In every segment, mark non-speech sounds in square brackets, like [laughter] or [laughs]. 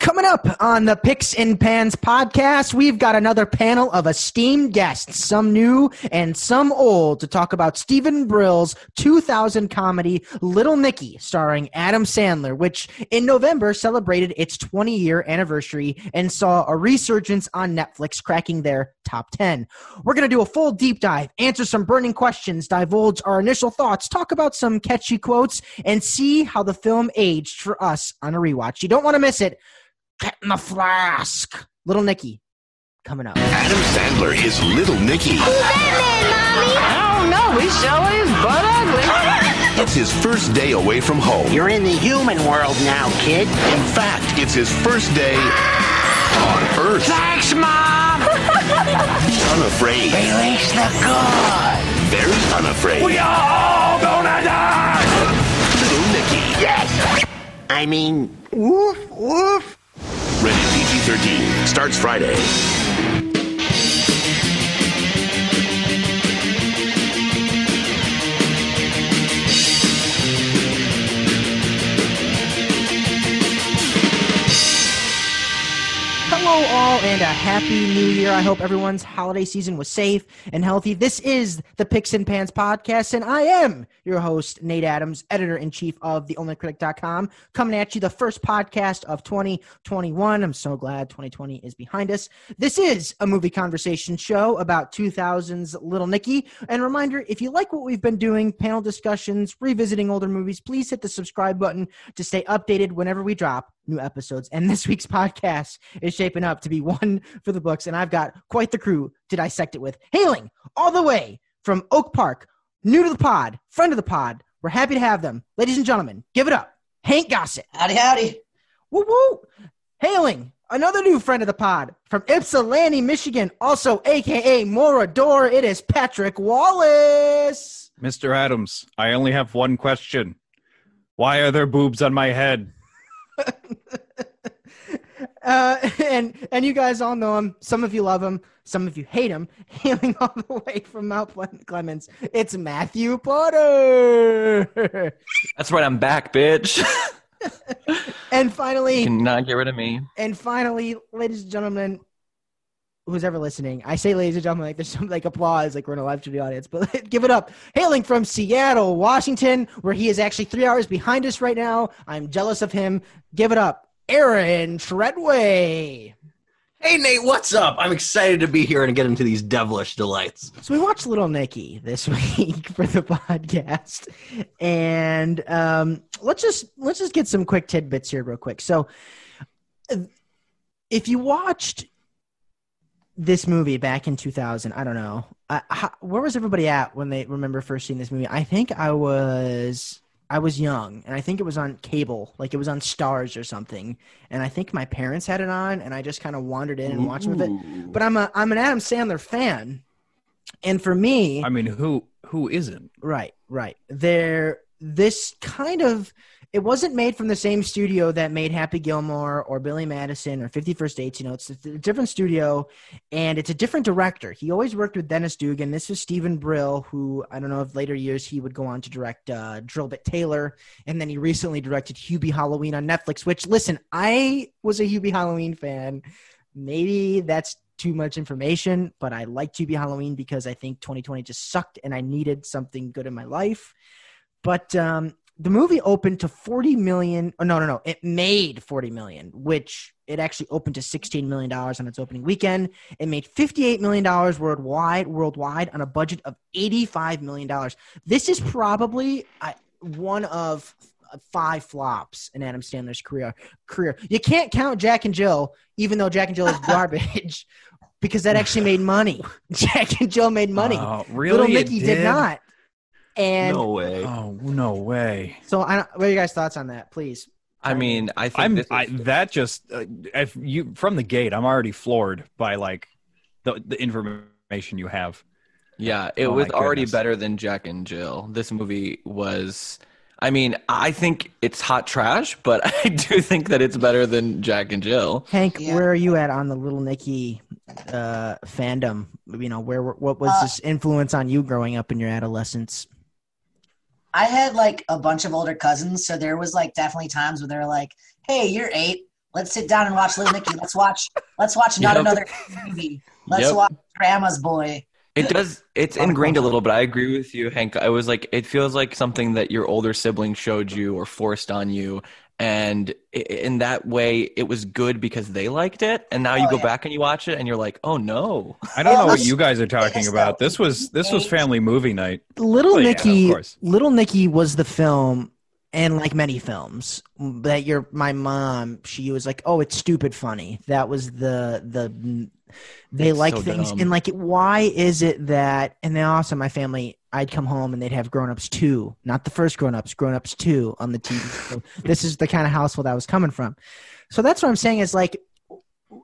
Coming up on the Picks and Pans podcast, we've got another panel of esteemed guests, some new and some old, to talk about Stephen Brill's 2000 comedy Little Nicky, starring Adam Sandler, which in November celebrated its 20 year anniversary and saw a resurgence on Netflix, cracking their top 10. We're going to do a full deep dive, answer some burning questions, divulge our initial thoughts, talk about some catchy quotes, and see how the film aged for us on a rewatch. You don't want to miss it. Cat in the Flask. Little Nicky coming up. Adam Sandler is Little Nicky. Oh no, he's silly as butt ugly. [laughs] It's his first day away from home. You're in the human world now, kid. In fact, it's his first day on Earth. Thanks, Mom! [laughs] Unafraid. Release the god. Very unafraid. We are all gonna die. Little Nicky. Yes. I mean, woof, woof. Rated PG-13. Starts Friday. Hello, all, and a happy new year. I hope everyone's holiday season was safe and healthy. This is the Picks and Pans podcast, and I am your host, Nate Adams, editor in chief of theonlycritic.com, coming at you the first podcast of 2021. I'm so glad 2020 is behind us. This is a movie conversation show about 2000's Little Nicky. And reminder if you like what we've been doing, panel discussions, revisiting older movies, please hit the subscribe button to stay updated whenever we drop new episodes. And this week's [laughs] podcast is shaping up to be one for the books, and I've got quite the crew to dissect it with. Hailing all the way from Oak Park, new to the pod, friend of the pod. We're happy to have them. Ladies and gentlemen, give it up. Hank Gossett. Howdy, howdy. Woo woo. Hailing another new friend of the pod from Ypsilanti, Michigan, also aka Morador. It is Patrick Wallace. Mr. Adams, I only have one question. Why are there boobs on my head? Uh, [laughs] and and you guys all know him. Some of you love him. Some of you hate him. [laughs] Hailing all the way from Mount Ple- Clemens, it's Matthew Potter. [laughs] That's right, I'm [laughs] back, bitch. and you finally, cannot get rid of me. and finally, ladies and gentlemen, who's ever listening, I say ladies and gentlemen, like there's some like applause, like we're in a live studio audience, but [laughs] give it up. Hailing from Seattle, Washington, where he is actually three hours behind us right now. I'm jealous of him. Give it up. Aaron Treadway. Hey Nate, what's up? I'm excited to be here and get into these devilish delights. So we watched Little Nicky this [laughs] week for the podcast, and um, let's just let's just get some quick tidbits here, real quick. So, uh, if you watched this movie back in 2000, I don't know, I, how, where was everybody at when they remember first seeing this movie? I think I was I was young, and I think it was on cable, like it was on Stars or something, and I think my parents had it on, and I just kind of wandered in and watched with it but I'm a I'm an Adam Sandler fan, and for me, I mean, who who isn't? right, right, there, this kind of it wasn't made from the same studio that made Happy Gilmore or Billy Madison or Fifty First Dates. You know, it's a th- different studio, and it's a different director. He always worked with Dennis Dugan. This is Stephen Brill, who I don't know if later years he would go on to direct uh, Drillbit Taylor, and then he recently directed Hubie Halloween on Netflix. Which, listen, I was a Hubie Halloween fan. Maybe that's too much information, but I liked Hubie Halloween because I think 2020 just sucked, and I needed something good in my life. But um, the movie opened to 40 million. Oh, no, no, no. It made 40 million, which it actually opened to 16 million dollars on its opening weekend. It made 58 million dollars worldwide, worldwide on a budget of 85 million dollars. This is probably uh, one of five flops in Adam Sandler's career. Career. You can't count Jack and Jill, even though Jack and Jill is garbage, because that actually made money. [laughs] Jack and Jill made money. Oh, Little It Nicky did? not. And no way. Oh no way! so, I don't, what are you guys' thoughts on that, please? I mean, I think I'm this is, I, that just uh, if you from the gate, I'm already floored by like the the information you have. yeah, it Oh my was already goodness. better than Jack and Jill. This movie was. I mean, I think it's hot trash, but [laughs] I do think that it's better than Jack and Jill. Hank, Yeah. where are you at on the Little Nicky uh, fandom? You know, where what was Uh, this influence on you growing up in your adolescence? I had like a bunch of older cousins, so there was like definitely times where they were like, "Hey, you're eight. Let's sit down and watch Little Nicky. Let's watch. Let's watch not Yep. another movie. Let's Yep. watch Grandma's Boy. It does. [laughs] It's ingrained a little bit. I agree with you, Hank. I was like, it feels like something that your older sibling showed you or forced on you, and i- in that way, it was good because they liked it. And now you Oh, go yeah. back and you watch it, and you're like, oh no. I don't know what Yes. you guys are talking Yes, about. though. This was this was family movie night. Little Oh, yeah, Nicky, of course. Little Nicky was the film, and like many films that your my mom, she was like, "Oh, it's stupid funny." That was the the they It's like so things dumb. and like why is it that and then also my family I'd come home and they'd have grown-ups two, not the first grown-ups, grown-ups two on the [laughs] TV. so this is the kind of household I was coming from. So that's what I'm saying is like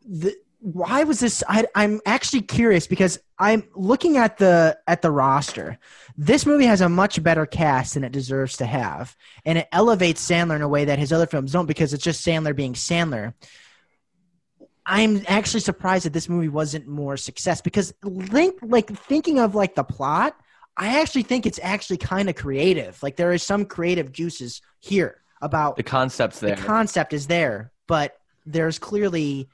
the why was this I, i'm actually curious because i'm looking at the at the roster this movie has a much better cast than it deserves to have and it elevates sandler in a way that his other films don't because it's just sandler being sandler i'm actually surprised that this movie wasn't more success because think, like thinking of like the plot i actually think it's actually kind of creative like there is some creative juices here about The concept's there. the concept is there, but there's clearly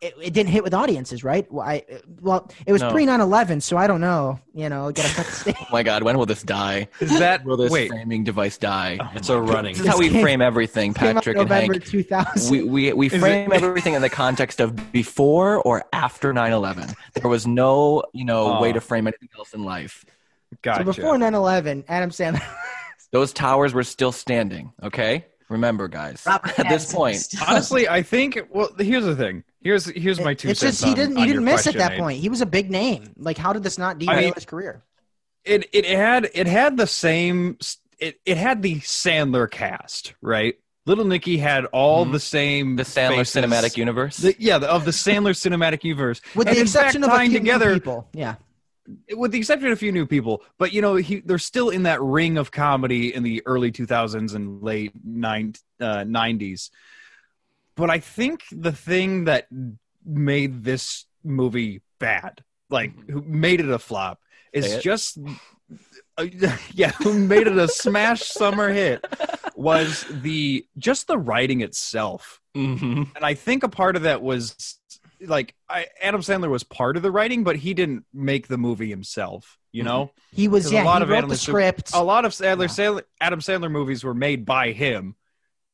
it, it didn't hit with audiences, right? Well, I, well it was No. pre 9/11, so I don't know. You know, get a [laughs] oh my God, when will this die? Is that Will this wait? framing device die? It's a running. Oh, This is how we came- frame everything, Patrick and November Hank. 2000. We, we, we it- frame everything in the context of before or after 9-11. There was no, you know, Aw. way to frame anything else in life. so [laughs] Gotcha. before 9/11, Adam Sandler. Those towers were still standing. Okay, remember, guys. Robert At this Pattinson point, still- Honestly, I think. Well, here's the thing. Here's here's my two it's cents. just he on- didn't on he didn't your miss at question, that Nate. point. He was a big name. Like, how did this not derail I mean- his career? It it had it had the same. s- It it had the Sandler cast, right? Little Nicky had all Mhm. the same. the Sandler faces. cinematic universe. The- yeah, the, of the Sandler cinematic universe, With And the in exception fact, of a tying few new together- people, yeah. with the exception of a few new people. But you know, he, they're still in that ring of comedy in the early 2000s and late nine, uh, 90s. But I think the thing that made this movie bad, like who made it a flop, Mm-hmm. Say is it. just uh, [laughs] yeah, who made it a smash summer hit was the just the writing itself mm-hmm. and I think a part of that was like I, Adam Sandler was part of the writing, but he didn't make the movie himself. You Mm-hmm. know, He was There's a yeah. he lot of wrote the analysts who- script. a lot of Sandler, Yeah. Sandler Adam Sandler movies were made by him,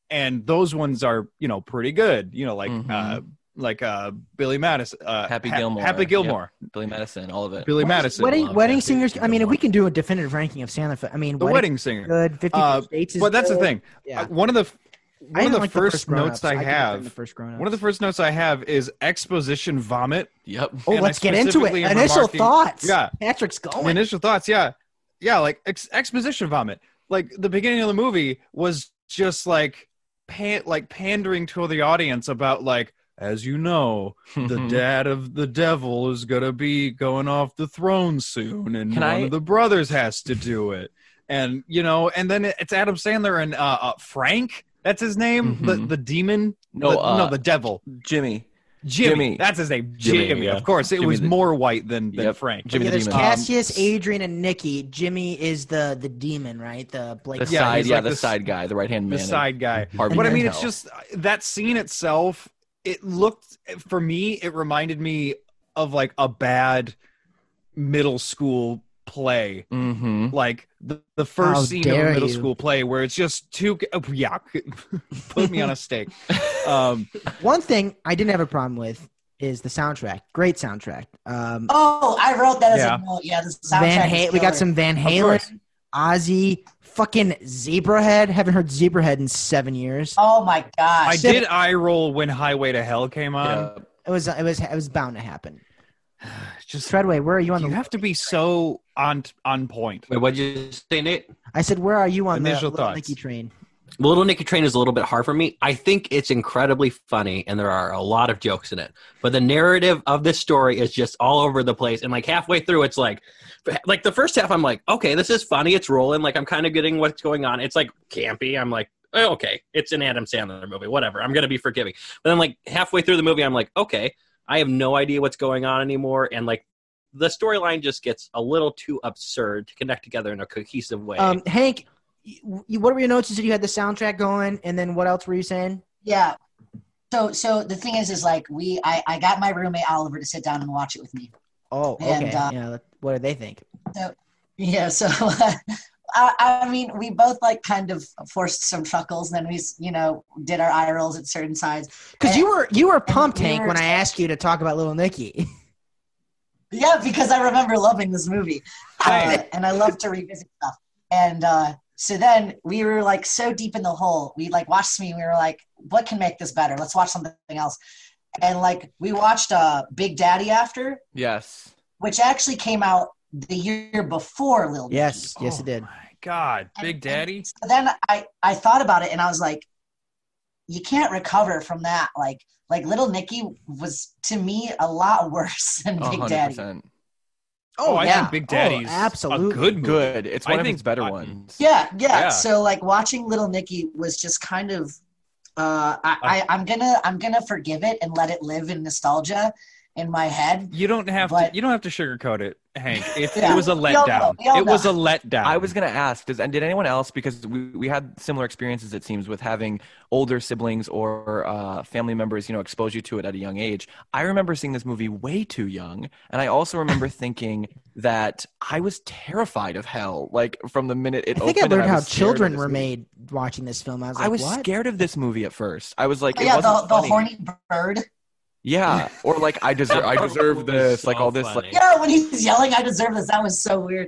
and those ones are you know pretty good. You know, like Mhm. uh, like uh, Billy Madison, uh, Happy Ha- Gilmore. Happy Yep. Gilmore, Billy Madison, all of it. Billy Wedding- Madison, wedding, Love wedding that singers. dude. I mean, if we can do a definitive ranking of Sandler, fi- I mean, the wedding singer. good. Fifty Uh, states is but that's the good. thing. Yeah. Uh, one of the I one of didn't the like first, grown-ups. notes I, I couldn't stand the have. first grown-ups. One of the first notes I have is exposition vomit. Yep. Oh, and I let's get into it. specifically am Initial remarking- thoughts. Yeah. Patrick's Oh My going. initial thoughts, yeah, yeah, like ex- exposition vomit. Like the beginning of the movie was just like pan- like pandering to the audience about like, as you know, Mm-hmm. the dad of the devil is gonna be going off the throne soon, and Can one I- of the brothers has to do it, and you know, and then it's Adam Sandler and uh, uh, Frank. That's his name, the Mhm. the demon. No, the, uh, no, the devil. Jimmy. Jimmy. Jimmy. That's his name. Jimmy. Jimmy, yeah. Of course, it Jimmy was the- more white than than Yep. Frank. Jimmy yeah, the there's Demon. Cassius, Adrian, and Nikki. Jimmy is the the demon, right? The Blake. The Yeah, side, he's yeah, like the the- side guy, the right hand the man. side guy. Harvey But I mean, Keitel. it's just uh, that scene itself. It looked for me. It reminded me of like a bad middle school play, Mhm. like the, the Mm-hmm. How first scene of a dare middle you. school play where it's just two. Oh, yeah, [laughs] put me on [laughs] a stake. Um, One thing I didn't have a problem with is the soundtrack. Great soundtrack. Um, Oh, I wrote that as Yeah. a note. Yeah, the soundtrack. Van is ha- we got killer. some Van course. Halen, Ozzy, fucking Zebrahead. Haven't heard Zebrahead in seven years. Oh my gosh. I did eye roll when Highway to Hell came on. Yeah. It was it was it was bound to happen. [sighs] Just Treadway, where are you on you the? have to be so on on point. Wait, what'd you say, Nate? I said, where are you on Initial the Little thoughts. Nicky train? The Little Nicky Train is a little bit hard for me. I think it's incredibly funny, and there are a lot of jokes in it. But the narrative of this story is just all over the place. And like halfway through, it's like, like the first half, I'm like, okay, this is funny. It's rolling. Like I'm kind of getting what's going on. It's like campy. I'm like, oh, okay, it's an Adam Sandler movie. Whatever. I'm gonna be forgiving. But then like halfway through the movie, I'm like, okay, I have no idea what's going on anymore. And like the storyline just gets a little too absurd to connect together in a cohesive way. Um, Hank, you, what were your notes? You said you had the soundtrack going, and then what else were you saying? Yeah. So, so the thing is, is like we, I, I got my roommate Oliver to sit down and watch it with me. Oh, And, okay. uh, yeah. let- What do they think? Yeah. So, [laughs] I, I mean, we both like kind of forced some chuckles. And then we, you know, did our eye rolls at certain sides. Because And- you were you were pumped, we Hank, were- when I asked you to talk about Little Nicky. [laughs] Yeah, because I remember loving this movie, uh, Right. [laughs] and I love to revisit stuff. And uh, so then we were like so deep in the hole. We like watched something. and We were like, "What can make this better? Let's watch something else." And like we watched uh, Big Daddy after, Yes. which actually came out the year before Little. Nicky. yes, yes, Oh it did. My God, And- Big and Daddy. So then I I thought about it and I was like, "You can't recover from that." Like like Little Nicky was to me a lot [laughs] worse than Big Daddy. 100%. Oh, I yeah. think Big Oh, Daddy's absolutely. a good movie. Good. It's one I of think- his better I- ones. Yeah, yeah. Yeah. So like watching Little Nicky was just kind of uh I, I, I'm gonna I'm gonna forgive it and let it live in nostalgia in my head. You don't have But- to. You don't have to sugarcoat it, Hank. It, Yeah. it was a We all know, letdown. we all It was a know. letdown. I was gonna ask, does and did anyone else because we, we had similar experiences it seems with having older siblings or uh, family members you know expose you to it at a young age. I remember seeing this movie way too young, and I [laughs] also remember thinking that I was terrified of hell. Like from the minute it I think I opened and learned how was scared of children this were movie. made watching this film. I was like, I was what? scared of this movie at first. I was like, Oh, it yeah, the, wasn't the funny. horny bird. Yeah, or like I deserve, [laughs] I deserve That was this, like so all this, funny. like Yeah, when he's yelling, I deserve this. That was so weird.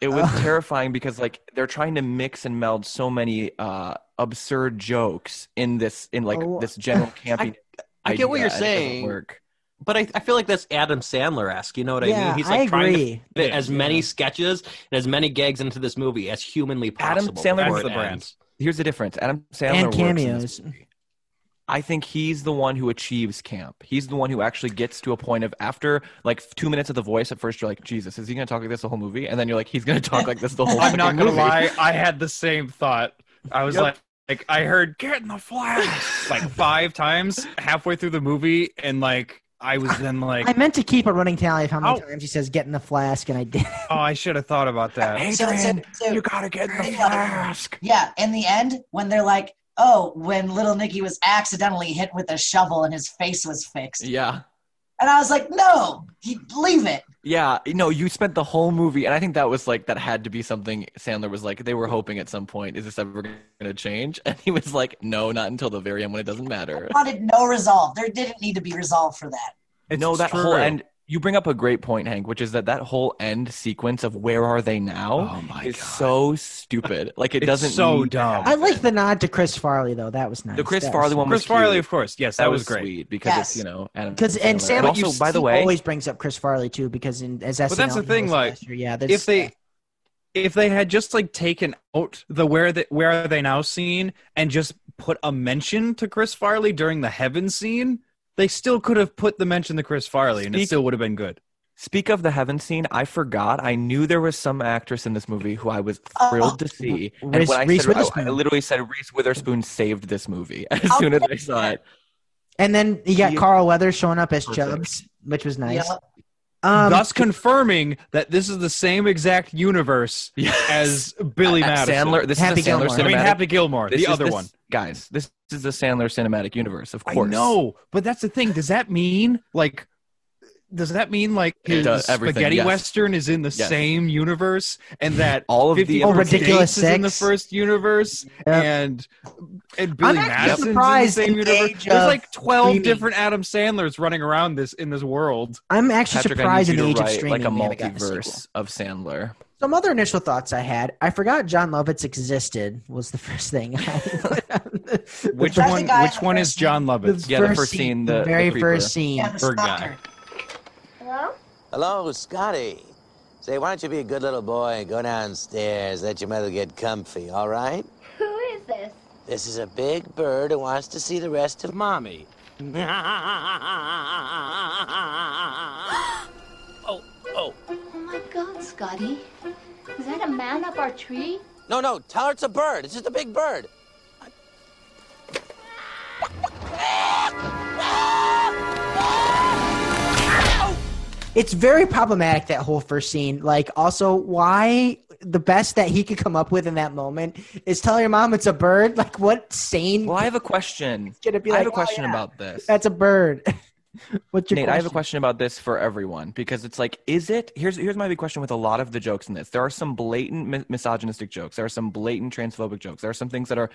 it was terrifying because like they're trying to mix and meld so many uh absurd jokes in this in like Oh. this general camping. I get what you're idea, and it doesn't saying. Work. But I, I feel like that's Adam Sandler esque. You know what I Yeah, mean? He's I like trying to agree. fit as many sketches and as many gags into this movie as humanly Adam possible. Sandler before is it the brand. ends. Here's the difference. Adam Sandler And works in this cameos. movie. I think he's the one who achieves camp. He's the one who actually gets to a point of after like two minutes of the voice. At first, you're like, Jesus, is he going to talk like this the whole movie? And then you're like, he's going to talk like this the [laughs] whole. I'm not fucking gonna movie. lie. I had the same thought. I was Yep. like, like I heard "Get in the flash" like five times halfway through the movie, and like I was then like, I meant to keep a running tally of how many Ow. Oh. times he says "get in the flask," and I did. oh, I should have thought about that. So- so- Adrian, so- [laughs] you got to get in the Yeah. flask. Yeah, in the end, when they're like, oh, when little Nicky was accidentally hit with a shovel and his face was fixed. Yeah. And I was like, no, he leave it. Yeah, no, you spent the whole movie, and I think that was like that had to be something Sandler was like they were hoping at some point is this ever going to change, [laughs] and he was like, no, not until the very end when it doesn't matter. Wanted no resolve. There didn't need to be resolve for that. It's no, that true. whole end. You bring up a great point, Hank, which is that that whole end sequence of where are they now Oh my is god, so stupid. Like it It's doesn't so need to dumb. happen. I like the nod to Chris Farley though. That was nice. the Chris That was Farley one. Chris was Farley, cute. of course. Yes, that, that, was, great. sweet because Yes. it's you know Because and Sam Sandler. also by the way always brings up Chris Farley too because in, as SNL, that's the he thing, was like, last year. yeah, that's, if they if they had just like taken out the where the where are they now scene and just put a mention to Chris Farley during the heaven scene, they still could have put the mention to Chris Farley and it Speak- still would have been good. Speak of the heaven scene, I forgot. I knew there was some actress in this movie who I was Oh. thrilled to see. And Reese- when I, Reese said, I- I, Witherspoon. literally said Reese Witherspoon saved this movie [laughs] as Oh. soon as I saw it. and then you got you- Carl Weathers showing up as Perfect. Chubbs, which was nice. Yeah. Um, Thus confirming that this is the same exact universe as Billy Madison. Sandler. This Happy is a Sandler Gilmore. I cinematic. mean Happy Gilmore, this the is- other this- one. guys. This is the Sandler cinematic universe, of course. I know, but that's the thing. Does that mean like? Does that mean like It his does everything, spaghetti yes. western is in the Yes. same universe, and that All of 50 the Oh, First Ridiculous Dates is in the Six. first universe, Yep. and and Billy actually Madison's in the surprised same in the universe. age There's of like twelve streaming. different Adam Sandlers running around this in [laughs] this world. I'm actually Patrick, I need surprised you in the to age of write streaming like a we haven't gotten a sequel. multiverse of Sandler. Some other initial thoughts I had. I forgot John Lovitz existed was the [laughs] first thing. Which That's the one? guy Which in the one is first John Lovitz? Yeah, the first scene, the- the very creeper. first scene. Yeah, the Bird guy. stalker. Hello, Scotty. Say, why don't you be a good little boy and go downstairs, let your mother get comfy, all right? Who is this? This is a big bird who wants to see the rest of mommy. [laughs] Oh my god, Scotty. Is that a man up our tree? No, no, tell her it's a bird. It's just a big bird. It's very problematic that whole first scene. Like, also, why the best that he could come up with in that moment is tell your mom it's a bird. [laughs] Like what sane? Well, I have a question. It's gonna be I like, have a "Oh, question yeah, about this. That's a bird. [laughs] What's your Nate, question? I have a question about this for everyone because it's like, is it? Here's here's my big question with a lot of the jokes in this. There are some blatant mi- misogynistic jokes. There are some blatant transphobic jokes. There are some things that are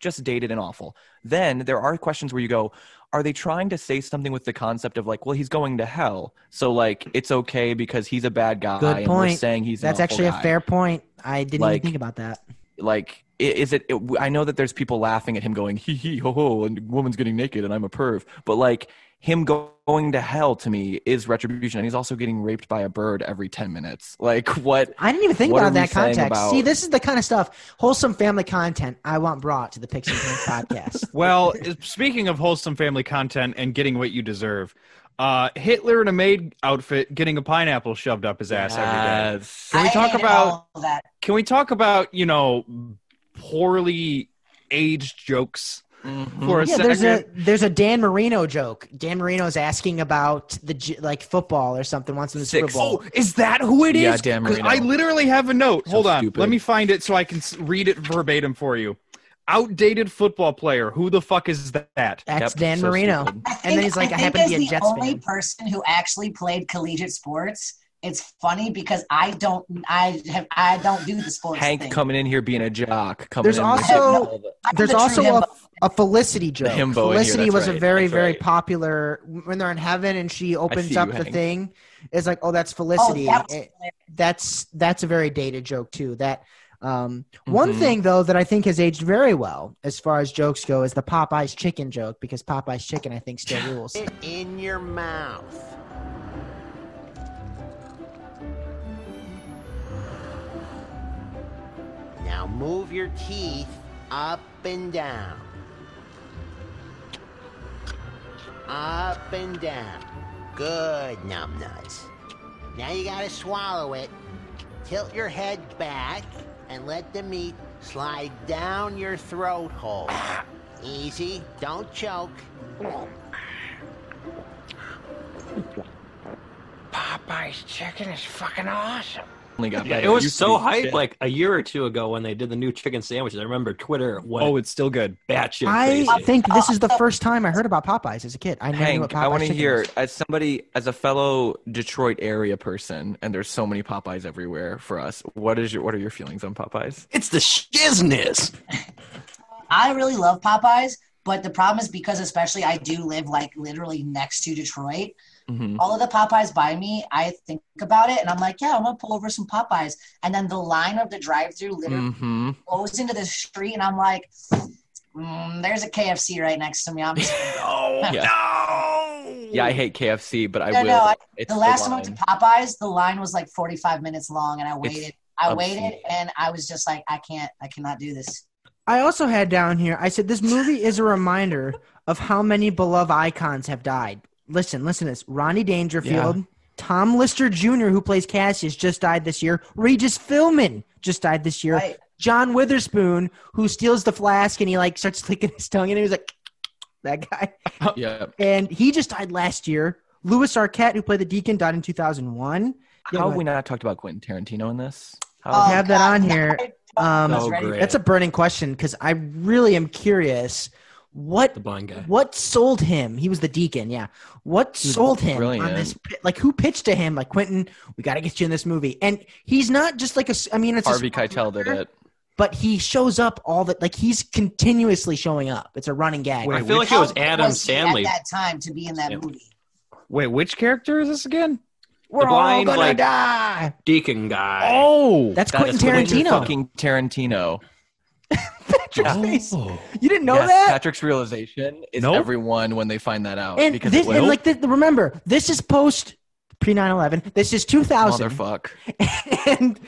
just dated and awful. Then there are questions where you go, are they trying to say something with the concept of like, well, he's going to hell, so like it's okay because he's a bad guy. Good and We're point. saying he's an That's awful actually guy. a fair point. I didn't Like- even think about that. like i- is it, it i know that there's people laughing at him going hee hee ho ho and woman's getting naked and i'm a perv but like him go- going to hell to me is retribution and he's also getting raped by a bird every 10 minutes like what I didn't even think What are about we that saying context. about- See, this is the kind of stuff, wholesome family content I want brought to the Pixie Pants [laughs] podcast. Well, speaking of wholesome family content and getting what you deserve, uh, Hitler in a maid outfit getting a pineapple shoved up his ass every day. Yes. Can we I talk hated about all of that? Can we talk about you know poorly aged jokes Mhm. for a yeah, second? there's a there's a Dan Marino joke. Dan Marino's asking about the j- like football or something once in the Six. Oh, Super Bowl. is that who it is? Yeah, Dan 'Cause Marino. I literally have a note. So Hold on, stupid. let me find it so I can s- read it verbatim for you. Outdated football player. Who the fuck is that? That's Yep, Dan so Marino. stupid. I And then think- he's like, I, think happen to be as a the Jets only fan. person who actually played collegiate sports. It's funny because I don't, I have, I don't do the sports hank thing. coming in here being a jock coming There's in also- with all the- I'm There's the true also himbo. a, a Felicity joke. himbo in here, Felicity that's was a right, very, that's very right. popular when they're in heaven and she opens see up you, the Hank. thing. It's like, oh, that's Oh, Felicity. that was It- that's that's a very dated joke too. That um, one Mhm. thing though that I think has aged very well as far as jokes go is the Popeyes chicken joke because Popeyes chicken I think still rules. In your mouth. Now move your teeth up and down. Up and down. Good, numb nuts. Now you gotta swallow it. Tilt your head back and let the meat slide down your throat hole. Easy, don't choke. Popeye's chicken is fucking awesome. Only got Yeah, better. it was used to so be hype shit. like a year or two ago when they did the new chicken sandwiches. I remember Twitter went Oh, it's still good. batshit I Uh, crazy. think this is the first time I heard about Popeyes as a kid. I never knew what Hank, Popeyes I want to chicken hear was. as somebody, as a fellow Detroit area person, and there's so many Popeyes everywhere for us. What is your, what are your feelings on Popeyes? it's the shizness. I really love Popeyes, but the problem is because especially I do live like literally next to Detroit. Mhm. All of the Popeyes by me, I think about it and I'm like, yeah, I'm gonna pull over some Popeyes. And then the line of the drive-through literally Mm-hmm. goes into the street, and I'm like, mm, there's a KFC right next to me. I'm just, Oh, yeah. Yeah, I hate KFC, but I No, will. no, I- it's the last time I line. went to Popeyes, the line was like 45 minutes long, and I waited. I waited, obscene. and I was just like, I can't, I cannot do this. I also had down here. I said this movie is a reminder of how many beloved icons have died. Listen, listen to this: Ronnie Dangerfield, Tom Lister Jr., who plays Cassius, just died this year. Regis Philbin just died this year. Right. John Witherspoon, who steals the flask and he like starts licking his tongue and he was like that guy, yeah. and he just died last year. Louis Arquette, who played the Deacon, died in two thousand one. How have we not talked about Quentin Tarantino in this? How, Oh, have that on here. I Um, was So ready. great. That's a burning question because I really am curious what The blind guy. what sold him? He was the deacon, yeah. What sold him on brilliant. this? Like, who pitched to him? Like, Quentin, we got to get you in this movie. And he's not just like a. s- I mean, it's a Harvey small Keitel did character, it. but he shows up all the like. He's continuously showing up. It's a running gag. Wait, I feel like it was Adam was he Sandler. at that time to be in that Stanley. movie. Wait, which character is this again? We're all blind, gonna like- die. Deacon guy. Oh, That's That Quentin is Quentin Tarantino. Fucking Tarantino. Patrick's Yeah. face. You didn't know Yes, that. Patrick's realization is Nope. everyone when they find that out And because this, what- and like, th- remember, this is post pre 9/11. This is 2000. motherfuck. [laughs] and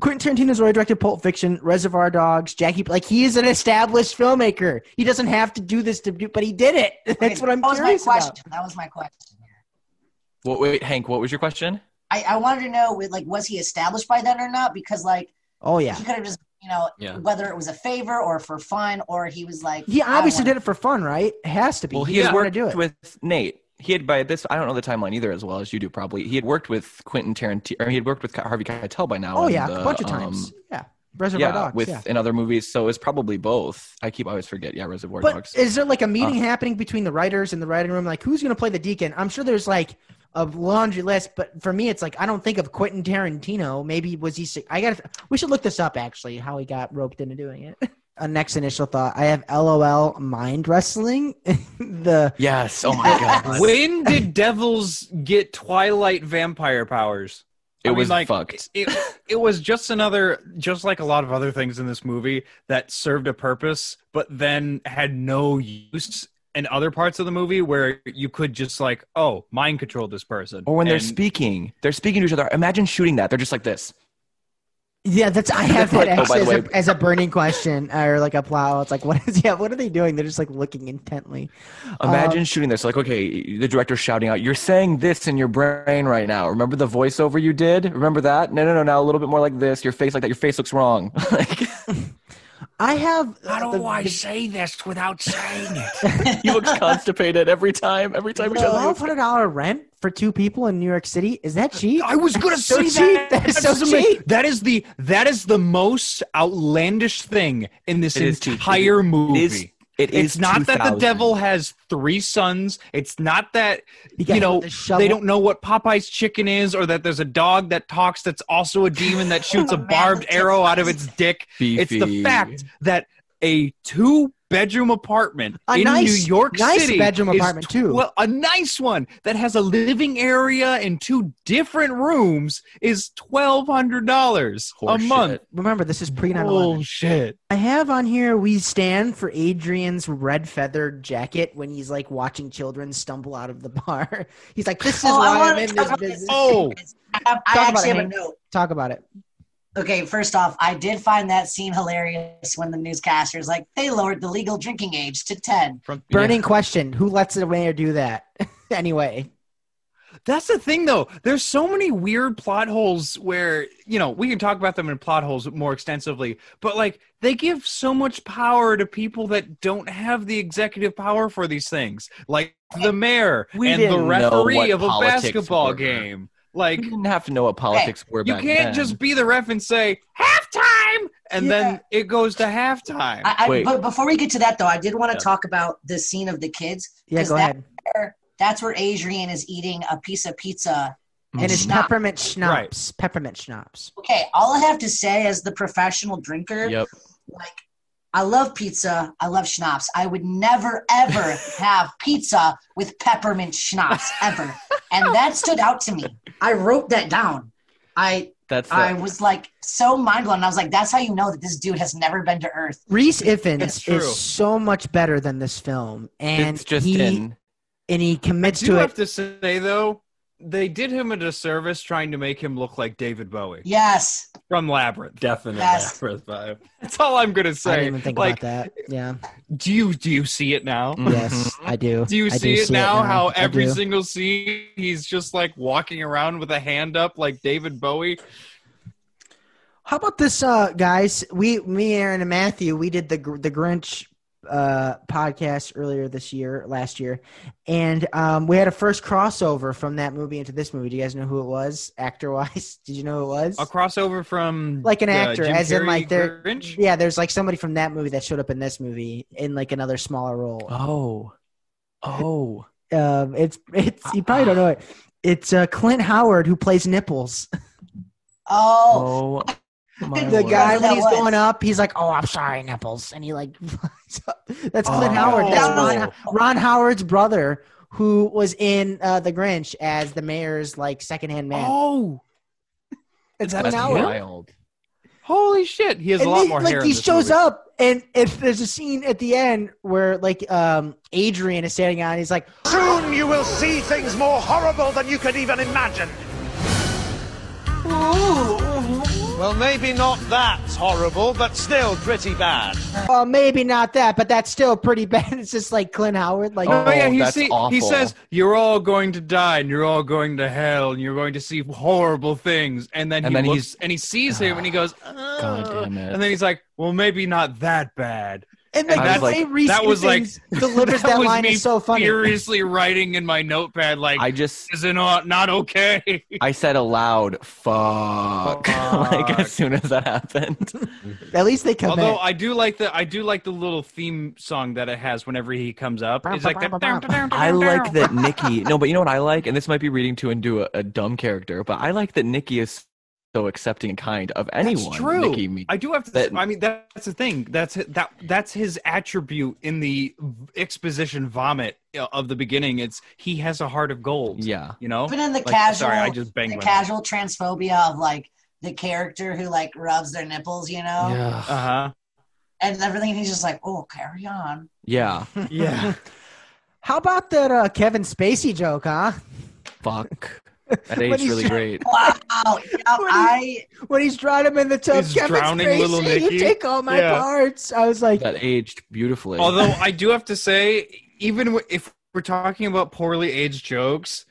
Quentin Tarantino's already directed Pulp Fiction, Reservoir Dogs, Jackie. Like he is an established filmmaker. He doesn't have to do this to do, but he did it. [laughs] That's Okay, what I'm that was my curious question. about. That was my question. What, wait, Hank, what was your question? I, I wanted to know, with like, was he established by then or not? Because like, Oh yeah, he could have just, you know, Yeah. whether it was a favor or for fun, or he was like, he I obviously wanna- did it for fun, right? It has to be. Well, he he has didn't want to worked do it. with Nate. he had by this I don't know the timeline either as well as you do probably. He had worked with Quentin Tarantino. Or he had worked with Harvey Keitel by now. Oh on yeah, the, a bunch of um, times. yeah, Reservoir yeah, Dogs. with yeah. in other movies. So it's probably both. I keep I always forget. Yeah, Reservoir But Dogs. is there like a meeting Uh, happening between the writers in the writing room? Like, who's going to play the deacon? I'm sure there's like a laundry list, but for me, it's like I don't think of Quentin Tarantino. Maybe was he? sick- I got. to We should look this up actually. How he got roped into doing it. [laughs] A next initial thought. I have LOL mind wrestling. [laughs] the yes. [laughs] Oh my god. When did devils get Twilight vampire powers? It mean, was like, fucked. It, it was just another, just like a lot of other things in this movie that served a purpose, but then had no use in other parts of the movie where you could just like, oh, mind control this person. Or when they're And- speaking, they're speaking to each other. Imagine shooting that. They're just like this. yeah, that's I have that Like, [laughs] oh, by actually the as, way- a, as a burning question [laughs] or like a plow. It's like what is [laughs] yeah? What are they doing? They're just like looking intently. Imagine Um, shooting this. Like, okay, the director's shouting out, "You're saying this in your brain right now. Remember the voiceover you did? Remember that? No, no, no, now a little bit more like this. Your face like that. Your face looks wrong. [laughs] like, I have. say this without saying it? you [laughs] look constipated every time. Every time you Twelve hundred dollar rent for two people in New York City is [laughs] that cheap? I was gonna That's [laughs] so say cheap. that. That is so That's ama- cheap. That is the that is the most outlandish thing in this It is cheap. entire It movie. is. It is. it's not that the 2000. devil has three sons. It's not that He got you hit know with a shovel. they don't know what Popeye's chicken is, or that there's a dog that talks that's also a [laughs] demon that Oh, shoots a man, barbed that's arrow out of its dick. It's the Beefy. fact that a two bedroom apartment A in nice- New York nice City bedroom is apartment, too. Well, a nice one that has a living area and two different rooms is twelve hundred dollars a Horseshit. month. Remember, this is pre 9 Oh. 11. Bullshit. I have on here we stand for Adrian's red feathered jacket when he's like watching children stumble out of the bar. [laughs] He's like, "This is Oh, I why I'm wanna in talk this about this. business." Oh, I, have, I Talk about actually it, have a Hank. note. Talk about it. Okay, first off, I did find that scene hilarious when the newscaster's like, they lowered the legal drinking age to 10. from Burning question: Who lets the mayor do that? [laughs] anyway, That's the thing, though. There's so many weird plot holes where, you know, we can talk about them in plot holes more extensively, but like they give so much power to people that don't have the executive power for these things, like the mayor We and the didn't know what referee of a politics basketball were. game. Like, You didn't have to know what politics were you back can't then. just be the ref and say halftime, and then it goes to halftime. I, I, Wait. but before we get to that, though, I did want to Yeah. talk about the scene of the kids. yeah, 'Cause go that- ahead. where- That's where Adrian is eating a piece of pizza. And Mhm. it's Schnapp. peppermint schnapps. Peppermint schnapps. Okay, all I have to say as the professional drinker, Yep. like, I love pizza. I love schnapps. I would never, [laughs] ever have pizza with peppermint schnapps, ever. and that stood out to me. I wrote that down. I That's the, I was like so mind blown. I was like, that's how you know that this dude has never been to Earth. Reese It's Iffens true. is so much better than this film, and it's just he in. and he commits do to have it. to say, though, they did him a disservice trying to make him look like David Bowie Yes. from Labyrinth. Definitely. Yes. First five. That's all I'm gonna I say. didn't even think like, about that. Yeah. do you do you see it now? Mhm. Yes, I do. Do you I see, it, now, How I every do. single scene he's just like walking around with a hand up, like David Bowie. How about this, uh, guys? We, me, Aaron, and Matthew, we did the Gr- the Grinch uh, podcast earlier this year, last year, and um, we had a first crossover from that movie into this movie. Do you guys know who it was, actor wise? [laughs] Did you know who it was? A crossover from Like an uh, actor, Jim as in Carrey like they're Grinch? yeah. There's like somebody from that movie that showed up in this movie in like another smaller role. Oh, oh. [laughs] Um, it's it's you probably don't know it. It's uh, Clint Howard who plays Nipples. Oh, Oh, my the word. guy when Who that he's was? going up, he's like, "Oh, I'm sorry, nipples," and he like, [laughs] flies up. that's Clint Oh. Howard. That's Ron, Oh. Ron Howard's brother who was in uh, the Grinch as the mayor's like secondhand man. Oh, it's That's Clint Howard. wild. holy shit! He has a And lot he- more like hair. in he this shows movie. up, and if there's a scene at the end where like um Adrian is standing on, he's like, Soon you will see things more horrible than you could even imagine. Well, maybe not that horrible, but still pretty bad. "Well, maybe not that, but that's still pretty bad." [laughs] It's just like Clint Howard, like. Oh, yeah, Oh, he, that's see, he awful. says, You're all going to die and you're all going to hell and you're going to see horrible things. And then And he then looks he's- Ah, and he sees him and he goes, "Ugh." damn it. And then he's like, Well, maybe not that bad. And like, I was the way like- Reese [laughs] that was like- Hastings delivers that, was line me is so funny. Furiously writing in my notepad like I just is it not, not okay? [laughs] I said aloud, "Fuck!" [laughs] like Fuck. as soon as that happened. At least they come Although back. I do like the I do like the little theme song that it has whenever he comes up. It's like that. I like that Nikki. No, but you know what I like, and this might be reading to and do a, a dumb character, but I like that Nikki is so accepting and kind of anyone. That's true. Nikki meets. I do have to. That- I mean, that's the thing. That's that. That's his attribute in the exposition vomit uh, of the beginning. It's he has a heart of gold. yeah, You know. Even in the Like, casual, Sorry, I just banged the my. casual transphobia of like the character who like rubs their nipples, you know, Uh huh. [laughs] and everything. And he's just like, oh, carry on. yeah. Yeah. [laughs] How about that uh, Kevin Spacey joke, huh? Fuck. That But age he's really trying- great. Wow, yeah, [laughs] I When he's drawing him in the tub, He's Kevin drowning Spacey, little Nicky. you take all my Yeah. parts. I was like, That aged beautifully. Although I do have to say, even w- if we're talking about poorly aged jokes,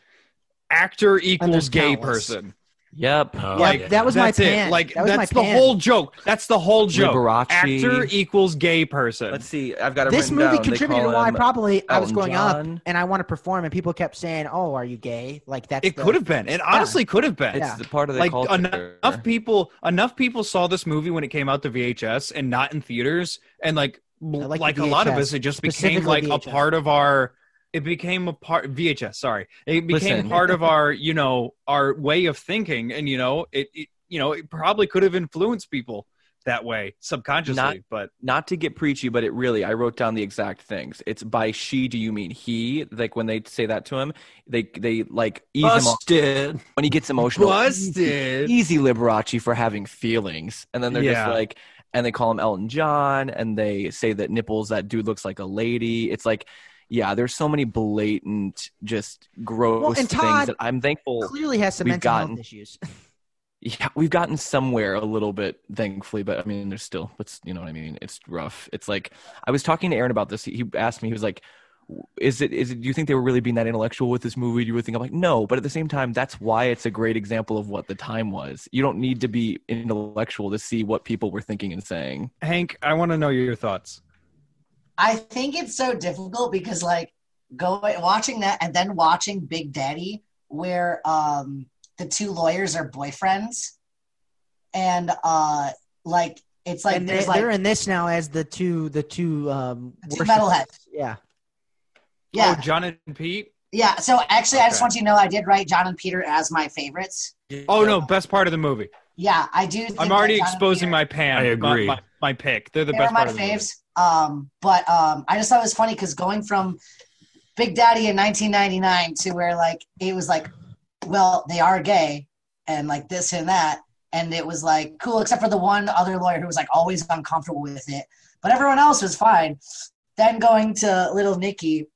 actor equals there's gay countless. person. yep. Oh, yeah, that was that's my it. pan. Like that was that's my the pan. whole joke. That's the whole joke. Liberace. Actor equals gay person. Let's see. I've got it This written movie down. They contributed to call why him probably I was Elton going up John. and I want to perform, and people kept saying, "Oh, are you gay?" Like that's It the- could have been. It honestly could have been. It's Yeah. the part of the like culture. enough people enough people saw this movie when it came out to VHS and not in theaters and like I l- like like, the a lot of VHS, us it just became specifically like a VHS. part of our it became a part VHS sorry it became Listen. part of our you know our way of thinking and you know it, it you know it probably could have influenced people that way subconsciously Not- but not to get preachy, but it really, I wrote down the exact things. It's by she, do you mean he? Like when they say that to him, they they like ease him off Busted. when he gets emotional. [laughs] busted Easy Liberace for having feelings. And then they're Yeah. just like, and they call him Elton John and they say that nipples, that dude looks like a lady. It's like, yeah, there's so many blatant, just gross and Todd- things that I'm thankful. Clearly has some We've mental gotten- health issues. Yeah, we've gotten somewhere a little bit, thankfully, but I mean, there's still, but you know what I mean? It's rough. It's like, I was talking to Aaron about this. He asked me, he was like, is it, is it, do you think they were really being that intellectual with this movie? Do you really think I'm like, no, but at the same time, that's why it's a great example of what the time was. You don't need to be intellectual to see what people were thinking and saying. Hank I want to know your thoughts I think it's so difficult because like going watching that and then watching Big Daddy where um the two lawyers are boyfriends and uh like it's like and they, there's like are in this now as the two, the two, um, two worship- metalheads. Yeah, Yeah. oh John and Pete Yeah. So actually I just Okay. want you to know I did write John and Peter as my favorites. oh no best part of the movie Yeah, I do think I'm already that John and exposing Peter- my pan I my- agree. my, my pick they're the they best were my part of the movie. faves. Um, but um, I just thought it was funny because going from Big Daddy in 1999 to where like it was like, well, they are gay, and like this and that, and it was like cool except for the one other lawyer who was like always uncomfortable with it, but everyone else was fine. Then going to Little Nicky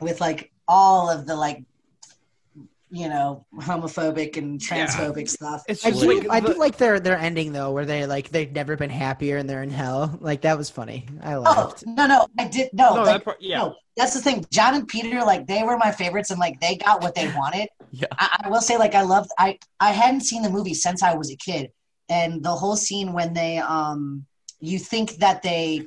with like all of the like, you know, homophobic and transphobic stuff. It's I just do. like I the- do like their their ending though, where they like they've never been happier and they're in hell. Like that was funny. I Oh laughed. no no I did no, no, like, that part, yeah. No, that's the thing. John and Peter, like they were my favorites, and like they got what they [laughs] wanted. Yeah. I, I will say, like I loved. I I hadn't seen the movie since I was a kid, and the whole scene when they um, you think that they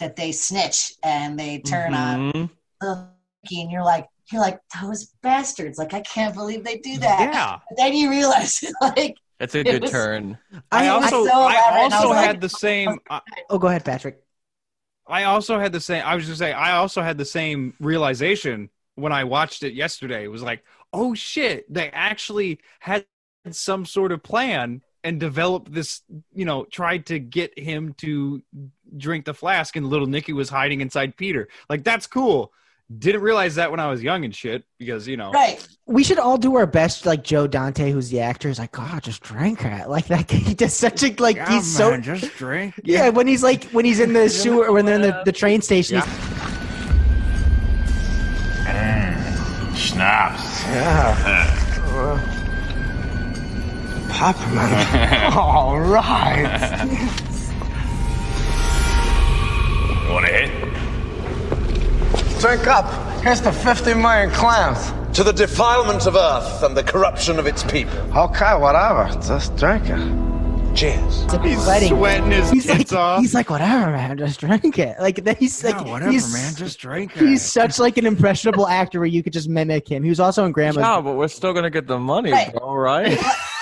that they snitch and they turn on Mhm. Mm-hmm. Lil Nicky, and you're like you're like those bastards. Like I can't believe they do that. Yeah. But then you realize, [laughs] like, That's a It good was- turn. I I was also so I elaborate, and I also was like- had the same I, Oh, go ahead, Patrick. I also had the same I was just saying I also had the same realization when I watched it yesterday. It was like, "Oh shit, they actually had some sort of plan and developed this, you know, tried to get him to drink the flask and little Nicky was hiding inside Peter." Like that's cool. Didn't realize that when I was young and shit because, you know, right? We should all do our best, like Joe Dante, who's the actor, is like, God, just drink it. Like that. [laughs] He does such a like. he's so just drink. Yeah, when he's like when he's [laughs] in the sewer when they're in the, the train station. he's- Schnapps. [laughs] All right. Want a hit? Drink up. Here's the 50 million clams. To the defilement of Earth and the corruption of its people. Okay, whatever. Just drink it. Cheers. He's sweating his he's tits like, off. He's like, whatever, man, just drink it. Like that. He's Oh, like, No, whatever, he's, man, just drink it. He's such like an impressionable actor where you could just mimic him. He was also in Grandma's. Yeah, but we're still gonna get the money, Right. bro. Right?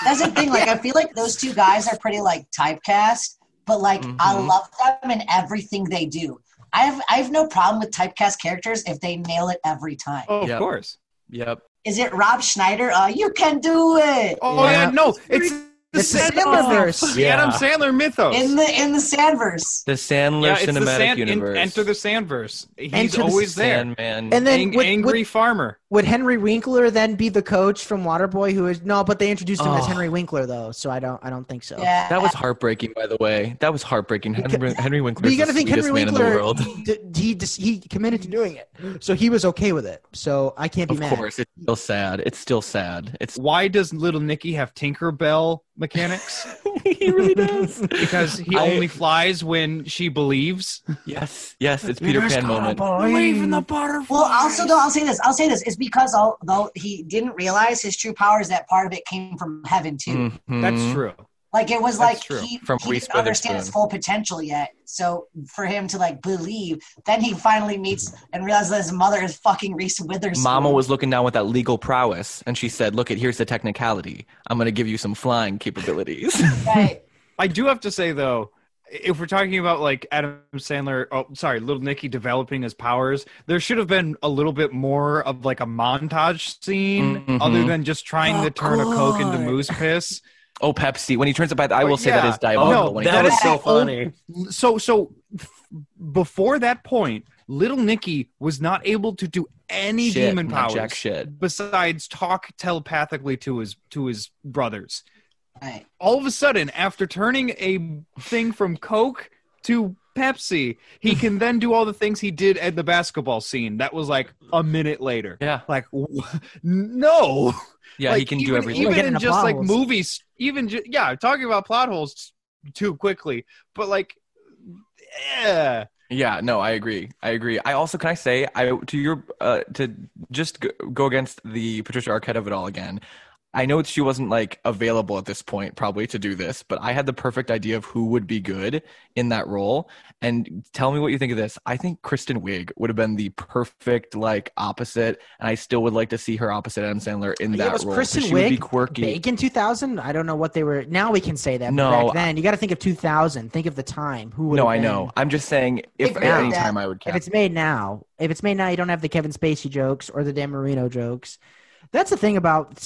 That's the thing. Like, I feel like those two guys are pretty like typecast, but like I Mhm. love them and everything they do. I have I have no problem with typecast characters if they nail it every time. Oh, Yep. of course. yep. Is it Rob Schneider? Uh, you can do it Oh yeah, no, it's the It's the Sandler Sandlerverse. myth- the Adam Yeah. Sandler Oh. mythos. in the in the Sandverse. The Sandler yeah, it's the cinematic Sand, in- universe. enter the Sandverse. He's Enter the always there. Sandman. And then Ang- with- angry with- farmer. Would Henry Winkler then be the coach from Waterboy? Who is no, but they introduced him as Oh. Henry Winkler though, so I don't, I don't think so. Yeah, that was heartbreaking, by the way. That was heartbreaking. Henry, Henry Winkler But is you got the to think Henry sweetest man in Winkler, the [laughs] world. d- he just, he committed to doing it, so he was okay with it. So I can't be Of mad. course, it's still sad. It's still sad. It's Why does Little Nicky have Tinkerbell [laughs] mechanics? he really does. [laughs] Because he I- only flies when she believes. yes, yes, it's Peter Pan moment. Believe in the butterfly. Well, also though, I'll say this. I'll say this. It's because although he didn't realize his true powers, that part of it came from heaven too. Mhm. That's true. Like it was That's like true. he, From he Reese didn't understand his Witherspoon. full potential yet. So for him to like believe, then he finally meets and realizes that his mother is fucking Reese Witherspoon. Mama was looking down with that legal prowess, and she said, "Look, at here's the technicality. I'm going to give you some flying capabilities." [laughs] right. I do have to say though, if we're talking about like Adam Sandler, oh sorry, Little Nicky developing his powers, there should have been a little bit more of like a montage scene, Mhm. other than just trying Oh, to turn a coke into God. moose piss. oh, Pepsi! When he turns it by, the, I But will say that yeah. is diabolical. No, when he Oh, that that was is so the only- funny. So, so f- before that point, Little Nicky was not able to do any Shit, demon no, powers jack shit. besides talk telepathically to his to his brothers. Right. all of a sudden, after turning a thing from Coke to Pepsi, he can then do all the things he did at the basketball scene. That was like a minute later. Yeah. Like, wh- no. yeah, he Like, can even, do everything. We're Even getting in to just plot like holes. movies, even ju- yeah, talking about plot holes too quickly, but like, eh. yeah. Yeah, no, I agree. I agree. I also can I say I to your uh, to just go, go against the Patricia Arquette of it all again. I know she wasn't like available at this point probably to do this, but I had the perfect idea of who would be good in that role. And tell me what you think of this. I think Kristen Wiig would have been the perfect like opposite, and I still would like to see her opposite Adam Sandler in Yeah, that was role. 'cause Kristen she would be Wiig quirky. Big in 2000? I don't know what they were. Now we can say that. but No, back then, you got to think of 2000. Think of the time. Who would No, have I been- know. I'm just saying if If at not any that- time I would If cast. it's made now, if it's made now, you don't have the Kevin Spacey jokes or the Dan Marino jokes. That's the thing about.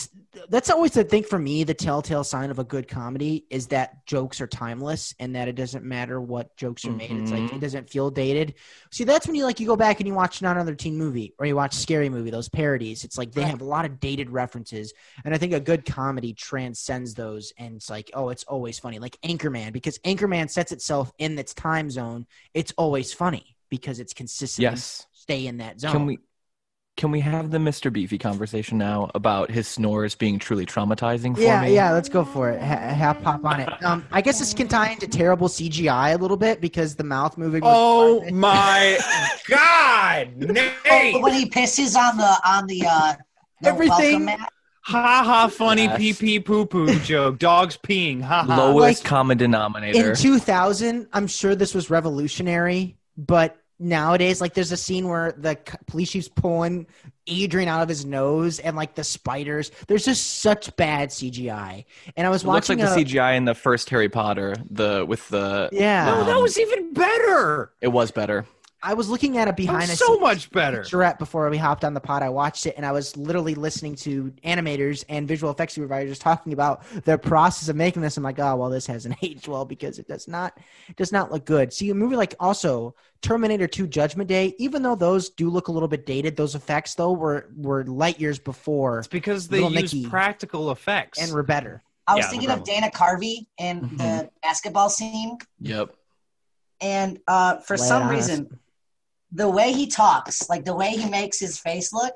That's always the thing for me. The telltale sign of a good comedy is that jokes are timeless and that it doesn't matter what jokes are made. It's like Mhm. it doesn't feel dated. See, that's when you like you go back and you watch not another teen movie or you watch scary movie. Those parodies. It's like they have a lot of dated references. And I think a good comedy transcends those. And it's like, oh, it's always funny. Like Anchorman, because Anchorman sets itself in its time zone. It's always funny because it's consistent. and Yes. Stay in that zone. Can we can we have the Mr. Beefy conversation now about his snores being truly traumatizing for yeah, me? yeah, let's go for it. Ha- half pop on it. Um, I guess this can tie into terrible CGI a little bit because the mouth moving. was part Oh of it. my God, Oh, Nate. when he pisses on the on the uh the Everything- welcome mat. Ha ha, funny Yes. pee pee poo poo joke. Dogs peeing. Ha ha. Lowest Like, common denominator. in 2000 i'm sure this was revolutionary but nowadays like there's a scene where the c- police chief's pulling adrian out of his nose and like the spiders there's just such bad cgi and i was it looks watching like the a- CGI in the first Harry Potter, the with the yeah No, Oh, that Um, was even better. it was better. i was looking at a That behind was the so scenes much better. Charette before we hopped on the pod. I watched it and I was literally listening to animators and visual effects supervisors talking about their process of making this. I'm like, oh well, this hasn't [laughs] aged well because it does not it does not look good. See a movie like also Terminator 2 Judgment Day, even though those do look a little bit dated, those effects though were were light years before It's because they Little use Nicky. practical effects. [laughs] and were better. I was Yeah, thinking the of Dana Carvey in the basketball scene, Yep. and uh for Lay it some on us. reason, the way he talks, like the way he makes his face look,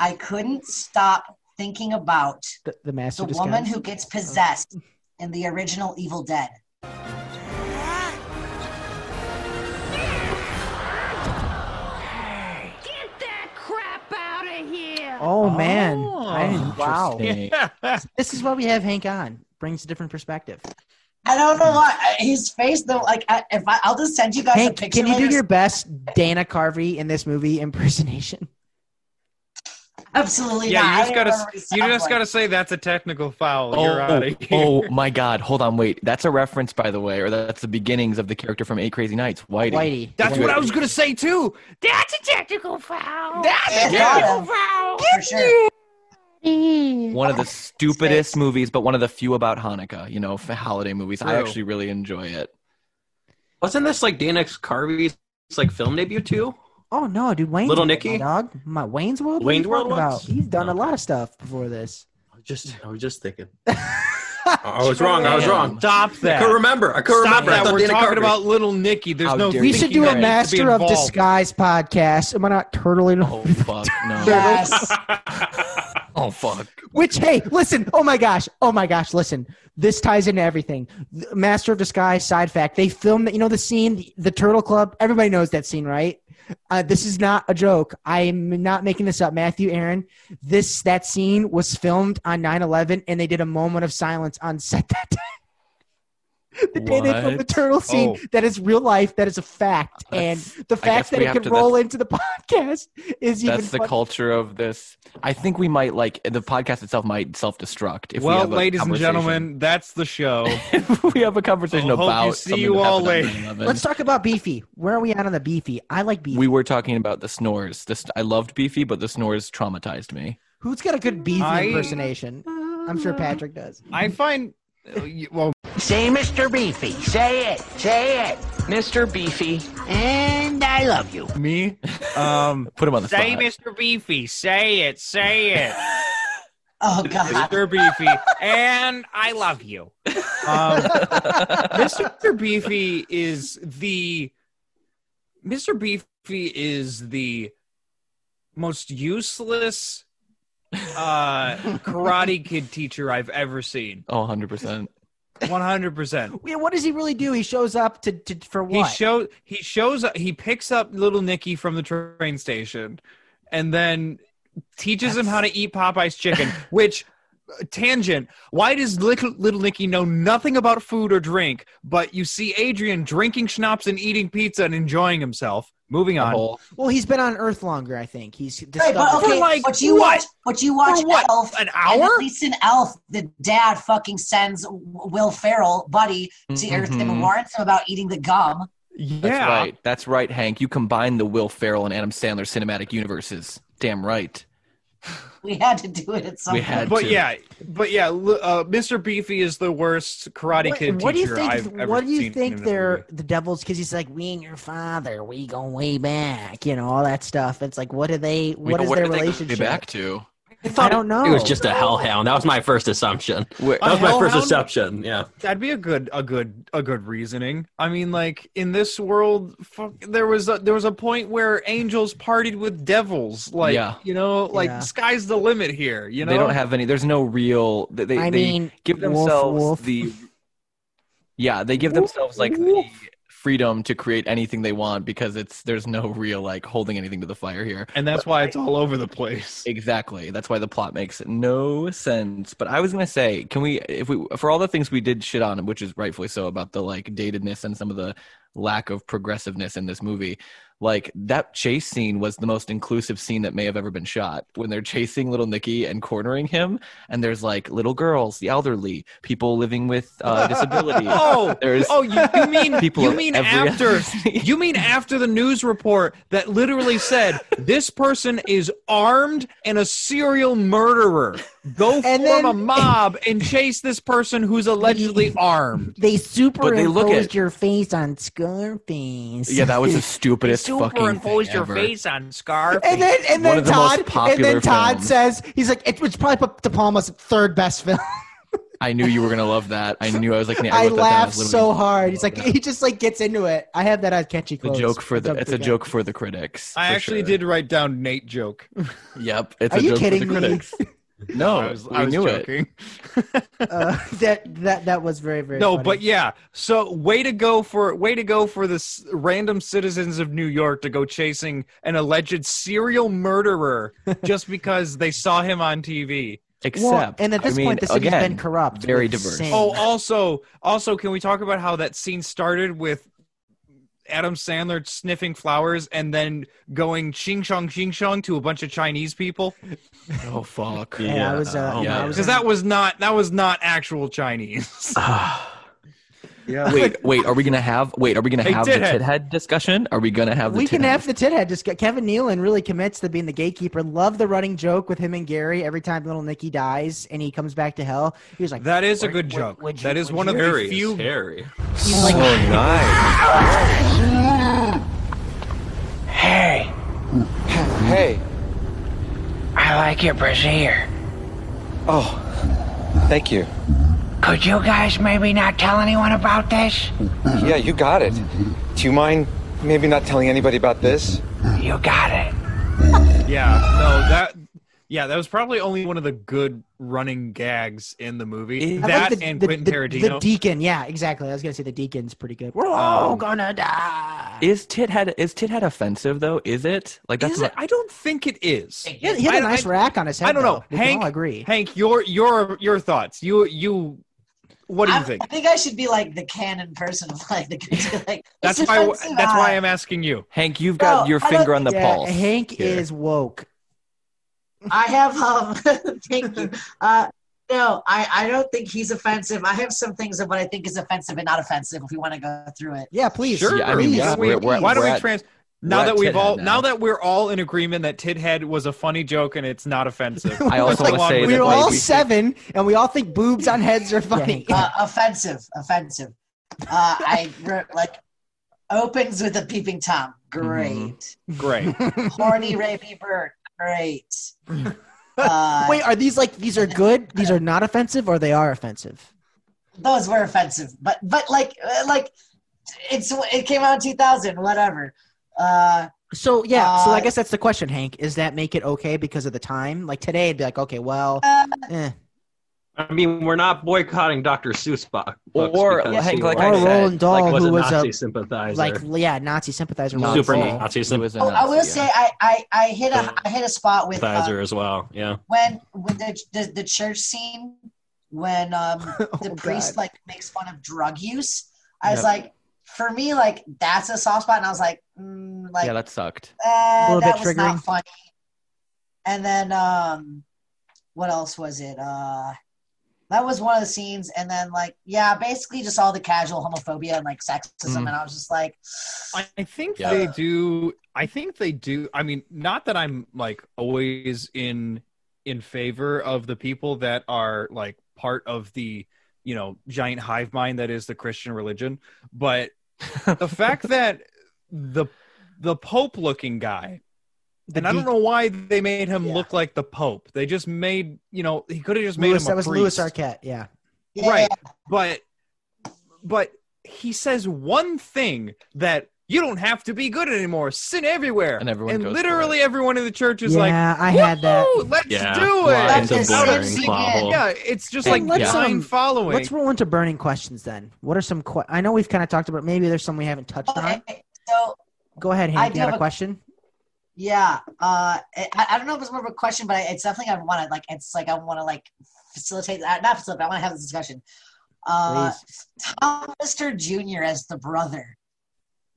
I couldn't stop thinking about The, the master the disguise. woman who gets possessed in the original Evil Dead. Get that crap out of here! Oh man. I- wow. Interesting. [laughs] Yeah. This is why we have Hank on. Brings a different perspective. I don't know why his face though. Like, I, if I, I'll just send you guys a Hank, picture. can you do later. your best Dana Carvey in this movie impersonation? Absolutely Yeah, not. you I just don't gotta remember what he you sounds just like. gotta say that's a technical foul. You're Oh, out of here. oh my God! Hold on, wait. That's a reference, by the way, or that's the beginnings of the character from Eight Crazy Nights, Whitey. Whitey. That's what I was gonna say too. That's a technical foul. That's a Yeah. technical foul. For sure. One of the stupidest movies, but one of the few about Hanukkah. You know, for holiday movies. I True. actually really enjoy it. Wasn't this like Dana Carvey's like film debut too? Oh no, dude, Wayne's Little World, Nicky? my dog, my Wayne's World. What are you Wayne's World talking about? ones? He's done a lot of stuff before this. Just I was just [laughs] thinking. I was wrong. I was Damn. wrong. Stop I that. couldn't remember. I couldn't Stop remember. I that. thought We're Dana talking Carvey- about Little Nicky. There's How no. dare We you. should thinking do a that needs to be Master of involved. Disguise podcast. Am I not turtling? [laughs] Oh fuck no. Yes. [laughs] oh fuck. Which, hey, listen. Oh my gosh. Oh my gosh. Listen. This ties into everything. Th- Master of Disguise. Side fact: They filmed. You know the scene, the, the Turtle Club. Everybody knows that scene, right? Uh, this is not a joke. I'm not making this up. Matthew Aaron. This that scene was filmed on 9/11, and they did a moment of silence on set that day. The day they filmed the What? turtle scene, Oh. that is real life, that is a fact, That's- and the guess fact that we it have could to- roll into the [laughs] podcast is even. That's the funnier. culture of this. I think we might like the podcast itself might self-destruct. If we well, have a ladies and conversation. [laughs] gentlemen, that's the show. we have a conversation Well, hope about you see something you that all happened on later. 9/11. Let's talk about beefy. Where are we at on the beefy? I like beefy. we were talking about the snores. This I loved Beefy, but the snores traumatized me. Who's got a good beefy I- impersonation? I'm sure Patrick does. I find. uh, y- Well, Say Mr. Beefy. Say it. Say it. Mr. Beefy. And I love you. me. Um, Put him on [laughs] the say spot. Mr. Beefy. Say it. Say it. Oh god. Mr. Beefy, and I love you. Um, Mr. Beefy is the Mr. Beefy is the most useless uh, karate kid teacher I've ever seen. Oh, 100 percent. One hundred percent. Yeah, what does he really do? He shows up to, to for He what? shows he shows up. He picks up little Nicky from the train station, and then teaches him how to eat [laughs] Popeye's chicken. Which uh, tangent? Why does little little Nicky know nothing about food or drink? But you see Adrian drinking schnapps and eating pizza and enjoying himself. Moving on. well, he's been on Earth longer, I think. He's Right, discovered. but okay, For like but you what? watch, but you watch For what? Elf, An and hour? at least in Elf, the dad fucking sends Will Ferrell, buddy, to Mm-hmm. Earth and Mhm. warns him about eating the gum. Yeah. That's right. That's right, Hank. You combine the Will Ferrell and Adam Sandler cinematic universes. Damn right. We had to do it at some We point. had But to. yeah, but yeah, l- uh, Mr. Beefy is the worst karate kid What, what teacher do you think? I've ever what do you seen think in a they're movie. the devils? Because he's like, we ain't your father. We go way back. You know all that stuff. It's like, what are they? We What know- is what their are they gonna be relationship? back to? I don't know. It was just a hellhound. That was my first assumption. Uh, Wait, That was my first hellhound? assumption. Yeah. That'd be a good, a good, a good reasoning. I mean, like in this world, fuck, there was a, there was a point where angels partied with devils. Like Yeah. you know, like Yeah. sky's the limit here. You know, They don't have any. There's no real. They, they, I they mean, give wolf, themselves wolf. the. Yeah, they give themselves like the freedom to create anything they want because it's there's no real like holding anything to the fire here. and that's why it's all over the [laughs] place. Exactly. That's why the plot makes no sense. But I was gonna say, can we, if we, for all the things we did shit on, which is rightfully so, about the like datedness and some of the lack of progressiveness in this movie, like that chase scene was the most inclusive scene that may have ever been shot. When they're chasing little Nicky and cornering him, and there's like little girls, the elderly, people living with [laughs] uh, disabilities. Oh, [laughs] There's oh, you, you mean [laughs] People you of mean every [laughs] after ethnicity. you mean after the news report that literally said this person is armed and a serial murderer. Go form And then- a mob and chase this person [laughs] who's allegedly armed. They superimposed they look at- your face on Scarface. yeah, that [laughs] was the stupidest fucking thing ever. on Scarf. And then and One then of the most Todd and popular then Todd films. says he's like it was probably De Palma's third best film. I knew you were gonna love that. I knew I was like, [laughs] Nate, I wrote that down. laughed literally so hard. He's love like that. he just like gets into it. I have that on catchy the quotes. joke for the up it's to a that. joke for the critics. I for actually sure. did write down Nate [laughs] joke. Yep, it's Are a you joke for kidding the me? critics. No, I was, we I was knew it. [laughs] joking. Uh, that that that was very very. No, funny. but yeah. So way to go for way to go for this random citizens of New York to go [laughs] chasing an alleged serial murderer just because they saw him on TV. Except, and at this I mean, point, the city's again, been corrupt. Very with diverse. sin. Oh, also, also, can we talk about how that scene started with Adam Sandler sniffing flowers and then going ching chong ching chong to a bunch of Chinese people? Oh fuck! Yeah, I was, Oh, uh, yeah, I was because that was not that was not [laughs] actual Chinese. Uh, yeah. Wait, wait. Are we gonna have? Wait, are we gonna Hey, have the Tithead. tithead discussion? Are we gonna have the? we can tithead? have the tithead. Just Kevin Nealon really commits to being the gatekeeper. Love the running joke with him and Gary every time little Nicky dies and he comes back to hell. He was like, That is a "Would- good would- joke. would you- That is would one you of the Harry few. is Harry. He's like, Harry. Hey. I like your brassiere. Oh, thank you. Could you guys maybe not tell anyone about this? Yeah, you got it. Do you mind maybe not telling anybody about this? You got it. Yeah, no, that yeah, that was probably only one of the good running gags in the movie. I that like the, and the, Quentin the- Tarantino. The deacon, yeah, exactly. I was gonna say the deacon's pretty good. We're all Um, gonna die. Is tithead is tithead offensive though? Is it like that's Is it? I don't think it is. He had, he had a I- nice I- rack on his head. I don't though. know. We can Hank, all agree. Hank, your your your thoughts. You you, what do you I, think? I think I should be like the canon person, like the [laughs] like. That's it's why offensive, that's why uh, I'm asking you. Hank? You've got No, your I don't- finger on the Yeah, pulse. Hank here. is woke. I have um [laughs] thank you. Uh no, I, I don't think he's offensive. I have some things of what I think is offensive and not offensive if we want to go through it. Yeah, please. Sure. Yeah, I mean, please. yeah, We- we're- we're- why don't we're we at- trans? we're Now at that we've Tithead all now. now. that we're all in agreement that Tidhead was a funny joke and it's not [laughs] offensive. I also Let's wanna go on say with We that it. were all maybe- seven, and we all think boobs on heads are funny. Uh, offensive, offensive. Uh, I wrote, like opens with a peeping tom. Great. great. Mm-hmm. Horny rapey bird. [laughs] Great. Uh, Wait, are these like these are good? These are not offensive, or they are offensive? those were offensive, but but like uh, like it's it came out in 2000, whatever. Uh, So yeah, so I Uh, guess that's the question, Hank. Is that make it okay because of the time? Like today, it'd be like, okay, well, uh, eh. I mean, we're not boycotting Dr. Seuss bu- books Or, because Hank, he like was- I or said, Roland Dahl, like, was who a was Nazi a sympathizer, like yeah Nazi sympathizer, Nazi. Roland super Dahl. Nazi He was a oh, I will Nazi, say yeah. I, I I hit a I hit a spot with uh, sympathizer as well. Yeah, when with the, the the church scene [laughs] when um the Oh, priest God. like makes fun of drug use i Yep. was like for me like that's a soft spot and i was like mm, like yeah, that sucked. eh, little that bit was not triggering. funny and then um what else was it uh that was one of the scenes and then like yeah basically just all the casual homophobia and like sexism Mm. and i was just like I I think Yeah. they do. I think they do. I mean, not that I'm like always in in favor of the people that are like part of the you know giant hive mind that is the Christian religion, [laughs] but the fact that the the Pope looking guy. The And I don't deacon. know why they made him Yeah. look like the Pope. They just made, you know, he could have just made Louis, him a that was Louis priest Arquette. Yeah, yeah, right but but he says one thing that you don't have to be good anymore sin everywhere And everyone goes for literally everyone in the church is like yeah, I had that. "Woo, let's Yeah. do Right. it That's It's a the boring same scene. novel. yeah it's just Hey, like let's, blind um, following Let's roll into burning questions then. What are some? Que- I know we've kind of talked about. Maybe there's some we haven't touched on. okay so Go ahead, I Hank. do You got a have a- question? Yeah, uh, I, I don't know if it's more of a question, but I, it's definitely I want to like. It's like I want to like facilitate, uh, not facilitate. I want to have this discussion. Uh, Tom Lister Jr. as the brother,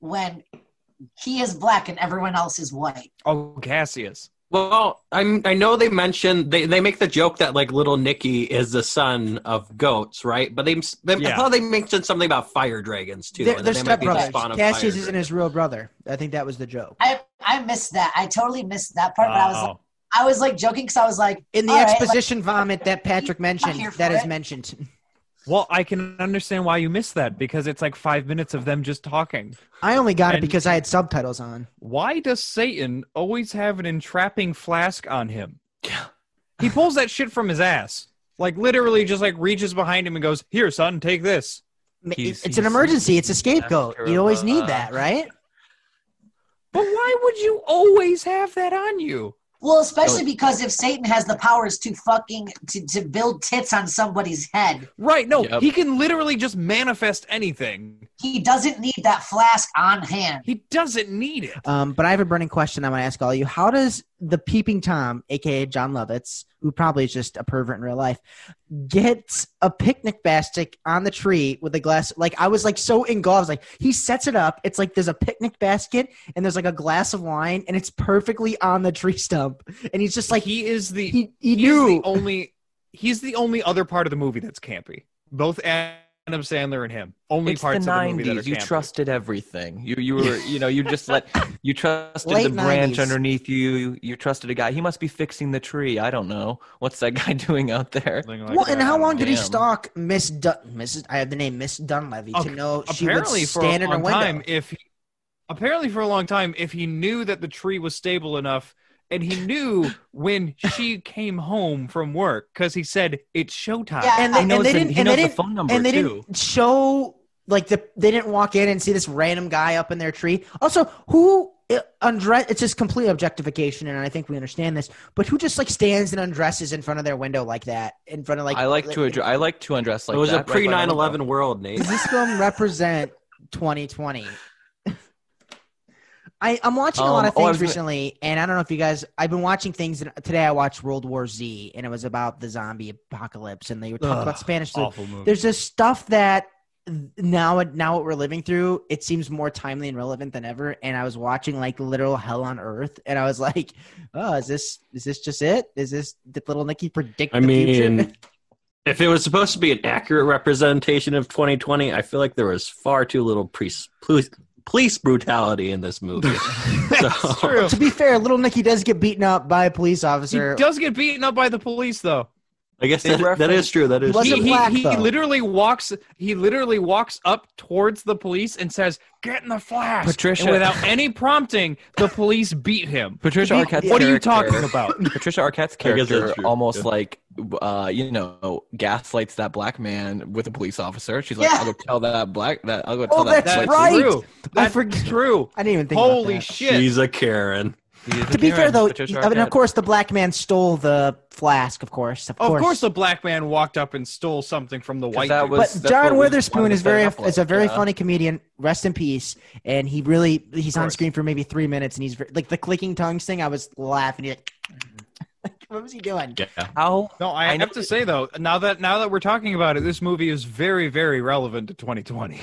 when he is black and everyone else is white. oh cassius Well, I'm, I know they mentioned they, they make the joke that like little Nicky is the son of goats, right? But they, they I Yeah. thought they mentioned something about fire dragons too. They're, and they're they might be the stepbrothers. spawn of Cassius fire isn't dragons. his real brother. I think that was the joke. I I missed that. I totally missed that part. But I was like, Wow. I was like joking because I was like In the all right, like, exposition vomit that Patrick mentioned, here for that is it. mentioned. well i can understand why you missed that because it's like five minutes of them just talking I only got it And- because I had subtitles on. why does satan always have an entrapping flask on him he pulls that shit from his ass like literally just like reaches behind him and goes here son take this M- He's- it's an he's- emergency. It's a scapegoat. after You always need the- that, right? But why would you always have that on you? well, especially because if Satan has the powers to fucking to, to build tits on somebody's head, Right, no, Yep. he can literally just manifest anything. He doesn't need that flask on hand. He doesn't need it. Um, but I have a burning question I want to ask all of you. How does the peeping Tom, aka John Lovitz, who probably is just a pervert in real life, gets a picnic basket on the tree with a glass? Like I was like so engulfed. Like he sets it up. It's like there's a picnic basket and there's like a glass of wine and it's perfectly on the tree stump. And he's just like he is the he, he he's knew. the only he's the only other part of the movie that's campy. Both Adam Sandler and him. Only it's parts the of the movie that are nineties. You campy. trusted everything. You you were you know you just let you trusted Late the branch 90s. underneath you. You trusted a guy. He must be fixing the tree. I don't know what's that [laughs] guy doing out there. well, and how long did he Damn. stalk Miss Dun- Mrs. I have the name Miss Dunleavy to Ap- know she would apparently for stand a in her long window. time if he, apparently for a long time if he knew that the tree was stable enough and he [laughs] knew when she came home from work because he said it's showtime and they, He knows and they the- didn't. he and knows they the didn't, phone number, and they too. didn't show like the. They didn't walk in and see this random guy up in their tree. Also, who uh, undress? It's just complete objectification, and I think we understand this. But who just like stands and undresses in front of their window like that? In front of like I like to address, I like to undress like it was that a right by pre my 9 window. 11 world, Nate. Does this film represent 2020? I, I'm watching a lot Um, of oh, I things was gonna- recently, and I don't know if you guys. I've been watching things. That, today, I watched World War Z, and it was about the zombie apocalypse, and they were talking Ugh, about Spanish flu. awful [laughs] movie. There's just stuff that now, now what we're living through, it seems more timely and relevant than ever. And I was watching like literal hell on earth, and I was like, "Oh, is this is this just it? Is this did little Nicky predict?" [laughs] I the future? mean, if it was supposed to be an accurate representation of 2020, I feel like there was far too little police, police, police brutality in [laughs] this movie. so, true to be fair, little Nicky does get beaten up by a police he officer. does get beaten up by the police though I guess They [laughs] that, that is true. That is Wasn't he, true. he, black, he though. literally walks he literally walks up towards the police and says get in the flash And Patricia- without any prompting the police beat him Patricia Be- Arquette's what are you character- talking about Patricia Arquette's I guess that's character true, almost yeah. like uh, you know gaslights that black man with a police officer. She's like, Yeah. I'll go tell that black that I'll go tell Oh, [laughs] that. that's white right. true that's forget- true I didn't even think. about holy that. shit She's a Karen. lady." To be fair, Karen, though, Patricia I mean, of Arquette. course, the black man stole the flask. Of course, of Of course. course. the black man walked up and stole something from the 'Cause white. that dude. was- but that's what John we wanted Witherspoon to is set it very up like, is a very yeah. funny comedian. Rest in peace. And he really he's on course. screen for maybe three minutes, and he's ver- like the clicking tongues thing. I was laughing. He's like, [laughs] what was he doing? Yeah. How No, I, I have know- to say though, now that now that we're talking about it, this movie is very, very relevant to 2020.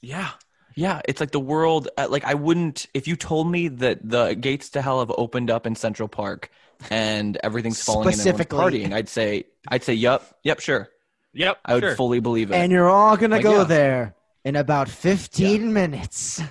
Yeah. Yeah, it's like the world. uh, Like I wouldn't if you told me that the gates to hell have opened up in Central Park and everything's falling in and everyone's Specifically. partying. I'd say, I'd say, yep, yep, sure. Yep, I would fully believe it. And you're all gonna Like, go yeah. there in about 15 [laughs] minutes.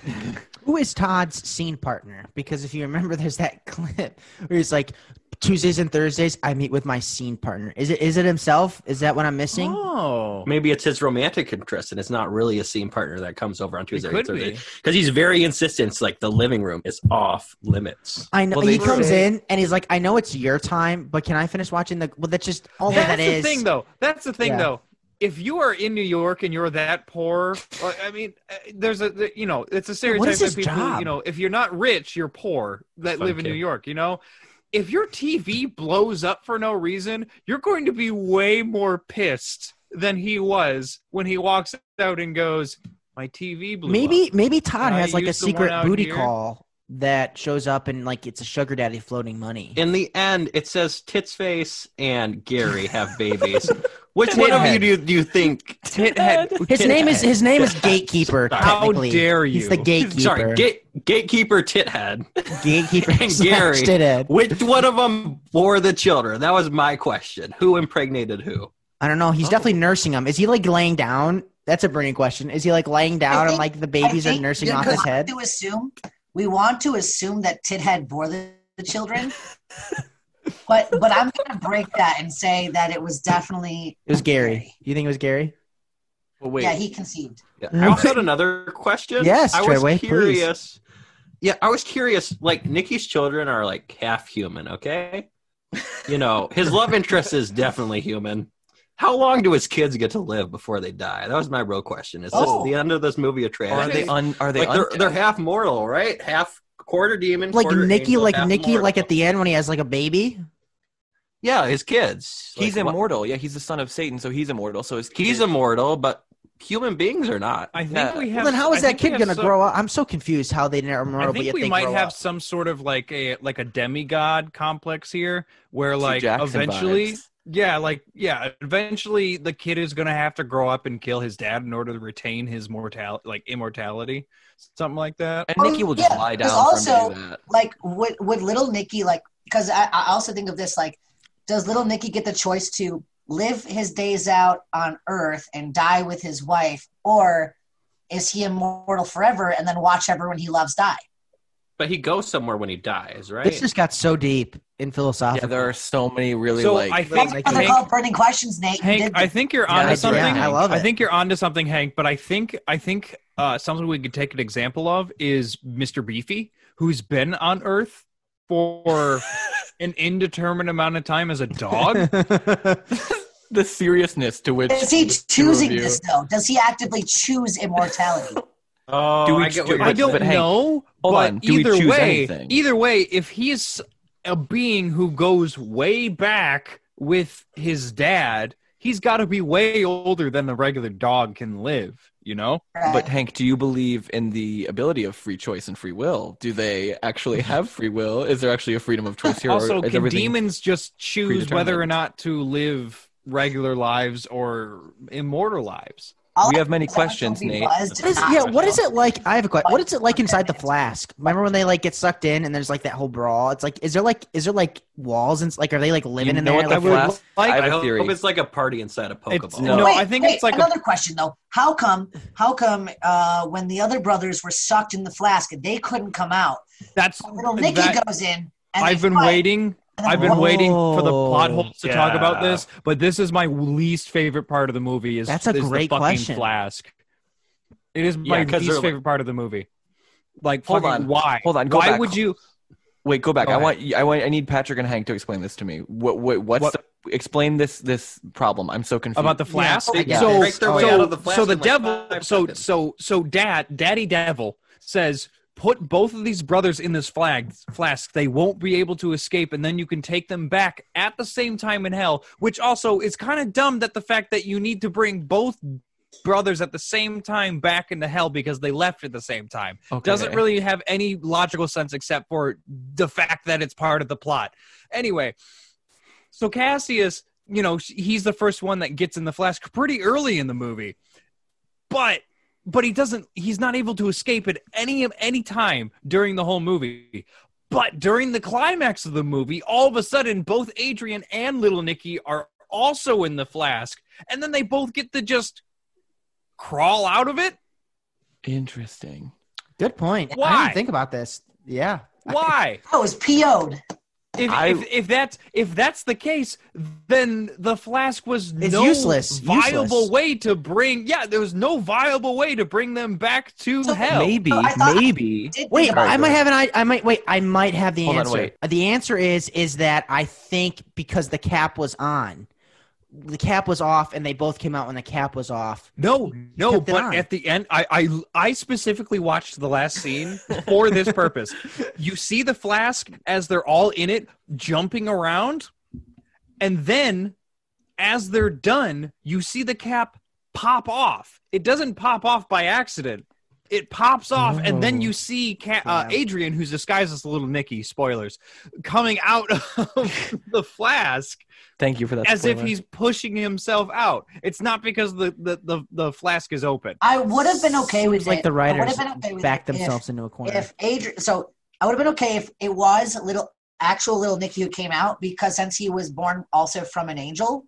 Who is Todd's scene partner? Because if you remember, there's that [laughs] clip where he's like, Tuesdays and Thursdays, I meet with my scene partner. Is it is it himself? Is that what I'm missing? oh, Maybe it's his romantic interest, and it's not really a scene partner that comes over on Tuesday could be. because he's very insistent. It's like the living room is off limits. I know Well, he they comes say- in and he's like, I know it's your time, but can I finish watching the? Well, that's just all that's that the is. thing though. That's the thing Yeah. though. If you are in New York and you're that poor, or- I mean, uh, there's a the- you know, it's a what stereotype is that his people, job? you know, if you're not rich, you're poor that Fun live in kid. New York. You know, if your TV blows up for no reason, you're going to be way more pissed than he was when he walks out and goes, "My TV blew up." Maybe maybe Todd Can I has like a use the one secret out booty here? call that shows up and like it's a sugar daddy floating money. In the end, it says Titsface and Gary have [laughs] babies. Which one of you Tithead. do, do you think? Tithead. his name is his name is Gatekeeper. How technically. dare He's you. the gatekeeper. Sorry, gate, gatekeeper Tithead. [laughs] gatekeeper and Gary. slashed it in. Which one of them bore the children? That was my question. Who impregnated who? I don't know. He's Oh. definitely nursing him. Is he like laying down? That's a burning question. Is he like laying down and think- like the I babies are think nursing we off his want head? To assume, we want to assume that Tithead bore the, [laughs] the children, but but I'm going to break that and say that it was definitely It was Gary. You think it was Gary? Well, wait, Yeah, he conceived. Yeah. I also had another question. Yes, I was Treadway, please. curious. Yeah, I was curious. Like Nikki's children are like half human. Okay, you know his love interest is definitely human. How long do his kids get to live before they die? That was my real question. Is Oh. this the end of this movie a are tragedy? they un? Are they like they're, undead? they're half mortal, right? Half quarter demon, Like quarter Nikki, angel, like half Nikki, mortal. like at the end when he has like a baby. yeah, his kids. He's Like, what- immortal. Yeah, he's the son of Satan, so he's immortal. So his He's kid- immortal, but human beings or not. I think Yeah. we Well, have. then how is I that think we kid have going to some- grow up? I'm so confused how they I normally think we might have some sort of like a like a demigod complex here, where Hugh like Jackson eventually, vibes. yeah, like yeah, eventually the kid is gonna have to grow up and kill his dad in order to retain his mortality, like immortality, something like that. And Nikki will just lie Because Oh, also, like, would would little Nicky like? Because I, I also think of this like, does little Nicky get the choice to live his days out on Earth and die with his wife, or is he immortal forever and then watch everyone he loves die? But he goes somewhere when he dies, right? This just got so deep in philosophical. there are so many really So like. I think Oh, they're Hank- called burning questions, Nate. You Hank, did I think you're Yeah, onto I do. something. Yeah, I love it. think you're onto something, Hank. But I think I think uh, something we could take an example of is Mr. Beefy, who's been on Earth [laughs] for an indeterminate amount of time as a dog. the seriousness to which Is he the two of choosing you- this though? Does he actively choose [laughs] immortality? Oh, Do we I get do- what you're I don't but Hank, know. hold but on, do we either choose way, anything? either way, if he's a being who goes way back with his dad, he's got to be way older than a regular dog can live. You know. But Hank, do you believe in the ability of free choice and free will? Do they [laughs] actually have free will? Is there actually a freedom of choice here? or also, is can everything- demons just choose whether or not to live regular lives or immortal lives? we have many questions, be Nate. buzzed. What is, yeah, what is it like? I have a question. What is it like inside the flask? Remember when they like get sucked in and there's like that whole brawl? It's like, is there like, is there like walls and s- like, are they like living You in know there? what the Like, would- flask? like- I I have a hope theory. it's like a party inside a Pokeball. It's- no, I think Wait, it's like a- another question though. How come? How come? Uh, when the other brothers were sucked in the flask, they couldn't come out. That's Little Nicky that- goes in. And I've they been fight. waiting. And I've been waiting for the plot Oh, holes to talk yeah. about this, but this is my least favorite part of the movie. Is That's a is the great fucking question. flask? It is my Yeah, 'cause least they're favorite like- part of the movie. Like, Hold fucking on. why? Hold on, go why back. would you? Wait, go back. Go I ahead. want. I want. I need Patrick and Hank to explain this to me. What? What? What's What- the, explain this this problem? I'm so confused about the flask. I get So, this. so, Break their way out of the flask so the in like devil, five so seconds. so so dad, daddy devil says, put both of these brothers in this flag flask. They won't be able to escape, and then you can take them back at the same time in hell. Which also is kind of dumb that the fact that you need to bring both brothers at the same time back into hell because they left at the same time Okay. doesn't really have any logical sense except for the fact that it's part of the plot anyway so cassius you know sh- he's the first one that gets in the flask pretty early in the movie but but he doesn't he's not able to escape at any any time during the whole movie but during the climax of the movie all of a sudden both adrian and little nicky are also in the flask and then they both get to just crawl out of it interesting. Good point. I Why? didn't think about this. Yeah. [laughs] why I was PO'd. if, I- if, if that's if that's the case then the flask was It's no useless, viable useless. way to bring yeah there was no viable way to bring them back to So hell Maybe. Oh, I thought- maybe. Did think Wait, about I it. might have an I, I might wait. I might have the Hold on, answer. wait. Uh, The answer is is that I think because the cap was on, the cap was off, and they both came out when the cap was off. No, no, kept it but on. at the end, I, I I specifically watched the last scene [laughs] for this purpose. You see the flask as they're all in it, jumping around, and then as they're done, you see the cap pop off. It doesn't pop off by accident. It pops off, and then you see Ca- uh, Adrian, who's disguised as Little Nicky, spoilers, coming out [laughs] of the flask, Thank you for that. as if spoiler. he's pushing himself out. It's not because the the, the, the flask is open. I would have been okay Seems with like it. the I would writers have been okay with backed it if- themselves into a corner. If Adrian, so I would have been okay if it was little actual little Nicky who came out because since he was born also from an angel,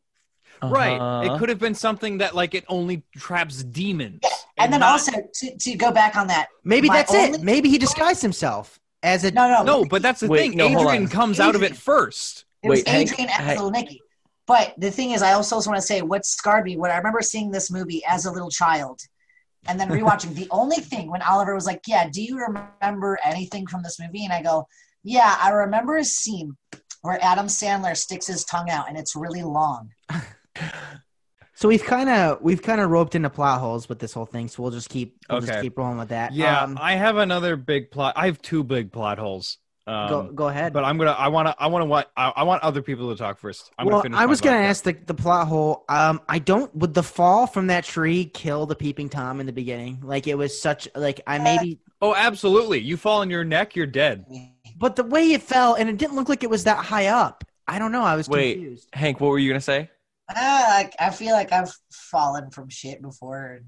Right. Uh-huh. It could have been something that like it only traps demons. and, then not- also to, to go back on that, Maybe my that's only- it. Maybe he disguised himself as a no, no, No, but that's the Wait, thing. no, hold Adrian on. comes out of it Adrian. first. It was Wait, Hank- Adrian as Hank- little Nicky. But the thing is, I also want to say what scarred me when I remember seeing this movie as a little child and then rewatching. the only thing when Oliver was like, Yeah, do you remember anything from this movie? And I go, Yeah, I remember a scene where Adam Sandler sticks his tongue out and it's really long. So we've kind of we've kind of roped into plot holes with this whole thing. So we'll just keep we'll just Okay. keep rolling with that. Yeah, Um, I have another big plot. I have two big plot holes. Um, Go- go ahead. But I'm gonna. I wanna. I wanna. Wa- I, I want other people to talk first. I'm well, gonna finish I my was going to thought. ask the, the plot hole. Um, I don't. Would the fall from that tree kill the peeping tom in the beginning? Like it was such. Like Uh, I maybe. Oh, absolutely. You fall on your neck, you're dead. But the way it fell, and it didn't look like it was that high up. I don't know. I was Wait, confused. Hank, what were you gonna say? Ah, like, I feel like I've fallen from shit before.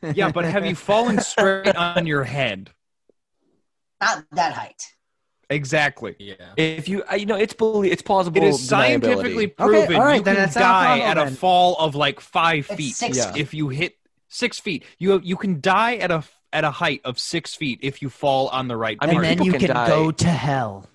Yeah, but have you fallen straight on your head? Not that height. Exactly. Yeah. If you, I- you know, it's belie- it's plausible. It is scientifically deniability. proven all right, you then can it's not die plausible at a then. fall of like five It's feet six Yeah. feet. if you hit six feet. You you can die at a at a height of six feet if you fall on the right. I mean, [laughs] part. and then people you can can die. go to hell.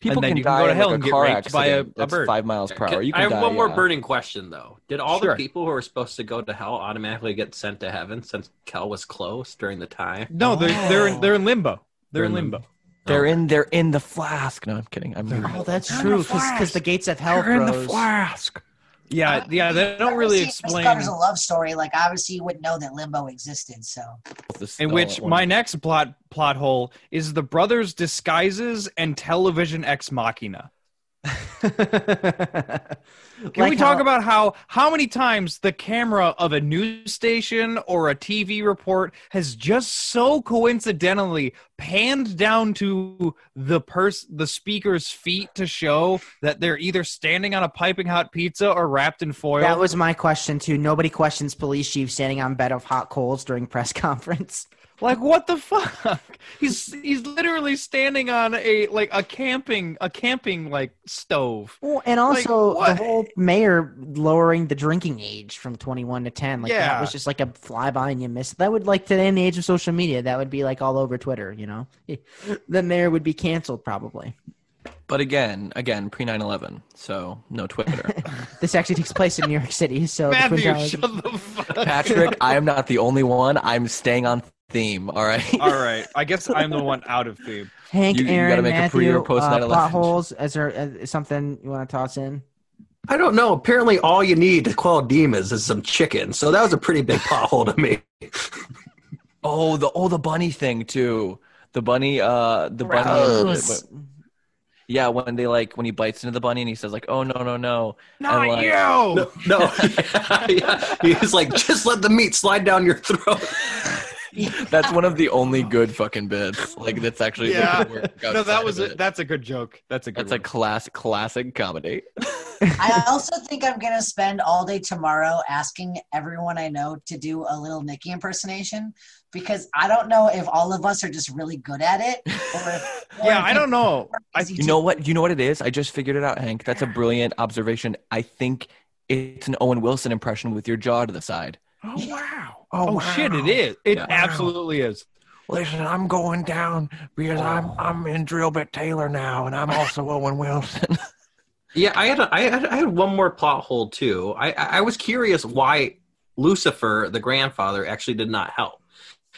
People and then can you can die go to in, hell like and a get car raped by a, accident a that's bird. five miles per hour. You I can have die, one more yeah. burning question though. Did all Sure. the people who were supposed to go to hell automatically get sent to heaven since Kel was close during the time? No, they're they're in, they're in limbo. They're, They're in in limbo. They're in. They're in the flask. No, I'm kidding. I'm. Oh, that's true. Because the gates of hell They're in the froze. flask. Yeah, yeah. They don't really Obviously, explain. It's a love story. Like obviously, you wouldn't know that limbo existed. So in which my next plot plot hole is the brothers disguises and television [laughs] ex machina. Can we Like talk how- about how how many times the camera of a news station or a TV report has just so coincidentally panned down to the person the speaker's feet to show that they're either standing on a piping hot pizza or wrapped in foil? That was my question too. Nobody questions police chief standing on bed of hot coals during press [laughs] conference. Like what the fuck? [laughs] He's he's literally standing on a like a camping a camping like stove. Well, and also what? the whole mayor lowering the drinking age from 21 to 10. Like Yeah. that was just like a flyby and you missed. That would like today in the age of social media, that would be like all over Twitter, you know? [laughs] the mayor would be canceled probably. But again, again, pre 9/11, so no Twitter. [laughs] This actually takes place in New York City, so Oh, the [laughs] Matthew, Twin Towers- shut the fuck. up. Patrick, I am not the only one. I'm staying on theme. All [laughs] right. All right, I guess I'm the one out of theme. Hank, You- you gotta Aaron, make a Matthew, pre- or post uh, 9/11. plot holes. Is there uh, something you want to toss in? I don't know. Apparently, all you need to quell demons is some chicken. So that was a pretty big pothole to me. [laughs] Oh, the oh the bunny thing too. The bunny, uh, the bunny. Gross. Yeah, when they like when he bites into the bunny and he says like, "Oh no, no, no!" Not and, like, you. No, no. [laughs] yeah. he's like, just let the meat slide down your throat. That's one of [laughs] the only good fucking bits. Like that's actually Yeah. [laughs] the work No, that outside was of a, it. that's a good joke. That's a good. That's a class classic comedy. I also think I'm gonna spend all day tomorrow asking everyone I know to do a little Nikki impersonation because I don't know if all of us are just really good at it or if one. [laughs] yeah, I don't know. I, You know what? You know what it is? I just figured it out, Hank. That's a brilliant observation. I think it's an Owen Wilson impression with your jaw to the side. oh wow! Oh, shit! It is. It absolutely is. Listen, I'm going down because I'm I'm in Drillbit Taylor now, and I'm also Owen Wilson. Yeah, I had, a, I had I had one more plot hole too. I I I was curious why Lucifer, the grandfather, actually did not help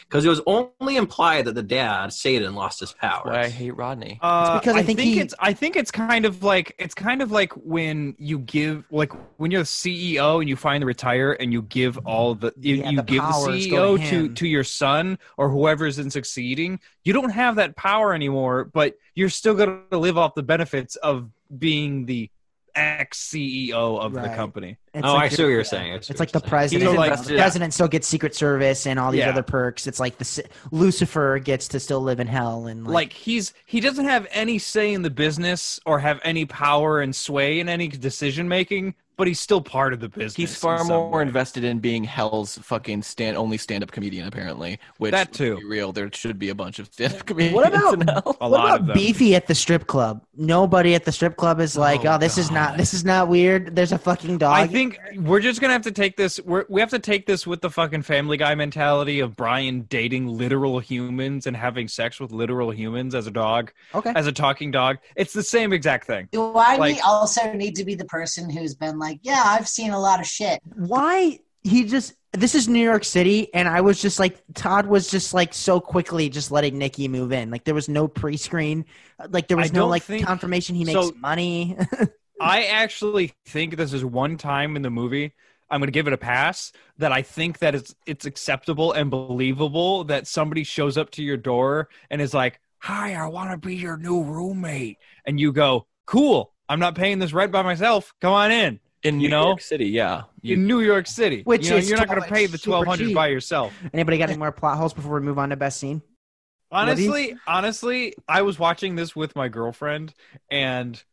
because it was only implied that the dad Satan lost his powers. Why I hate Rodney. Uh, because I think he- it's I think it's kind of like it's kind of like when you give like when you're the CEO and you finally retire and you give all the you, Yeah, you the give the powers go CEO to to him. to your son or whoever's in succeeding you don't have that power anymore but you're still going to live off the benefits of being the ex CEO of the Right. company. It's oh, I like see your- what [laughs] you're saying. I see It's what like the you're saying. president. He's the invested- president still gets Secret Service and all these Yeah. other perks. It's like the si- Lucifer gets to still live in hell and like, like he's he doesn't have any say in the business or have any power and sway in any decision making but he's still part of the business He's in far some more way. invested in being Hell's fucking stand only stand up comedian apparently. Which That let's too. be real, there should be a bunch of stand up comedians What about- in Hell. what a lot about of them. Beefy at the strip club? Nobody at the strip club is like, oh, this is not this is not weird. There's a fucking dog. I think we're just gonna have to take this. We're, we have to take this with the fucking Family Guy mentality of Brian dating literal humans and having sex with literal humans as a dog, okay. as a talking dog. It's the same exact thing. Do I Like- need- also need to be the person who's been like, yeah, I've seen a lot of shit. Why he just this is New York City, and I was just like Todd was just like so quickly just letting Nikki move in. Like there was no pre-screen. Like there I was no don't like think- confirmation he makes so- money. [laughs] I actually think this is one time in the movie. I'm gonna give it a pass. That I think that it's it's acceptable and believable that somebody shows up to your door and is like, Hi, I want to be your new roommate. and you go, cool, I'm not paying this rent by myself. Come on in. In you know? City, yeah. in New York City, Which you know, is you're not going to totally pay the super twelve hundred cheap. by yourself. Anybody got any more plot holes before we move on to best scene? Honestly, honestly, I was watching this with my girlfriend, and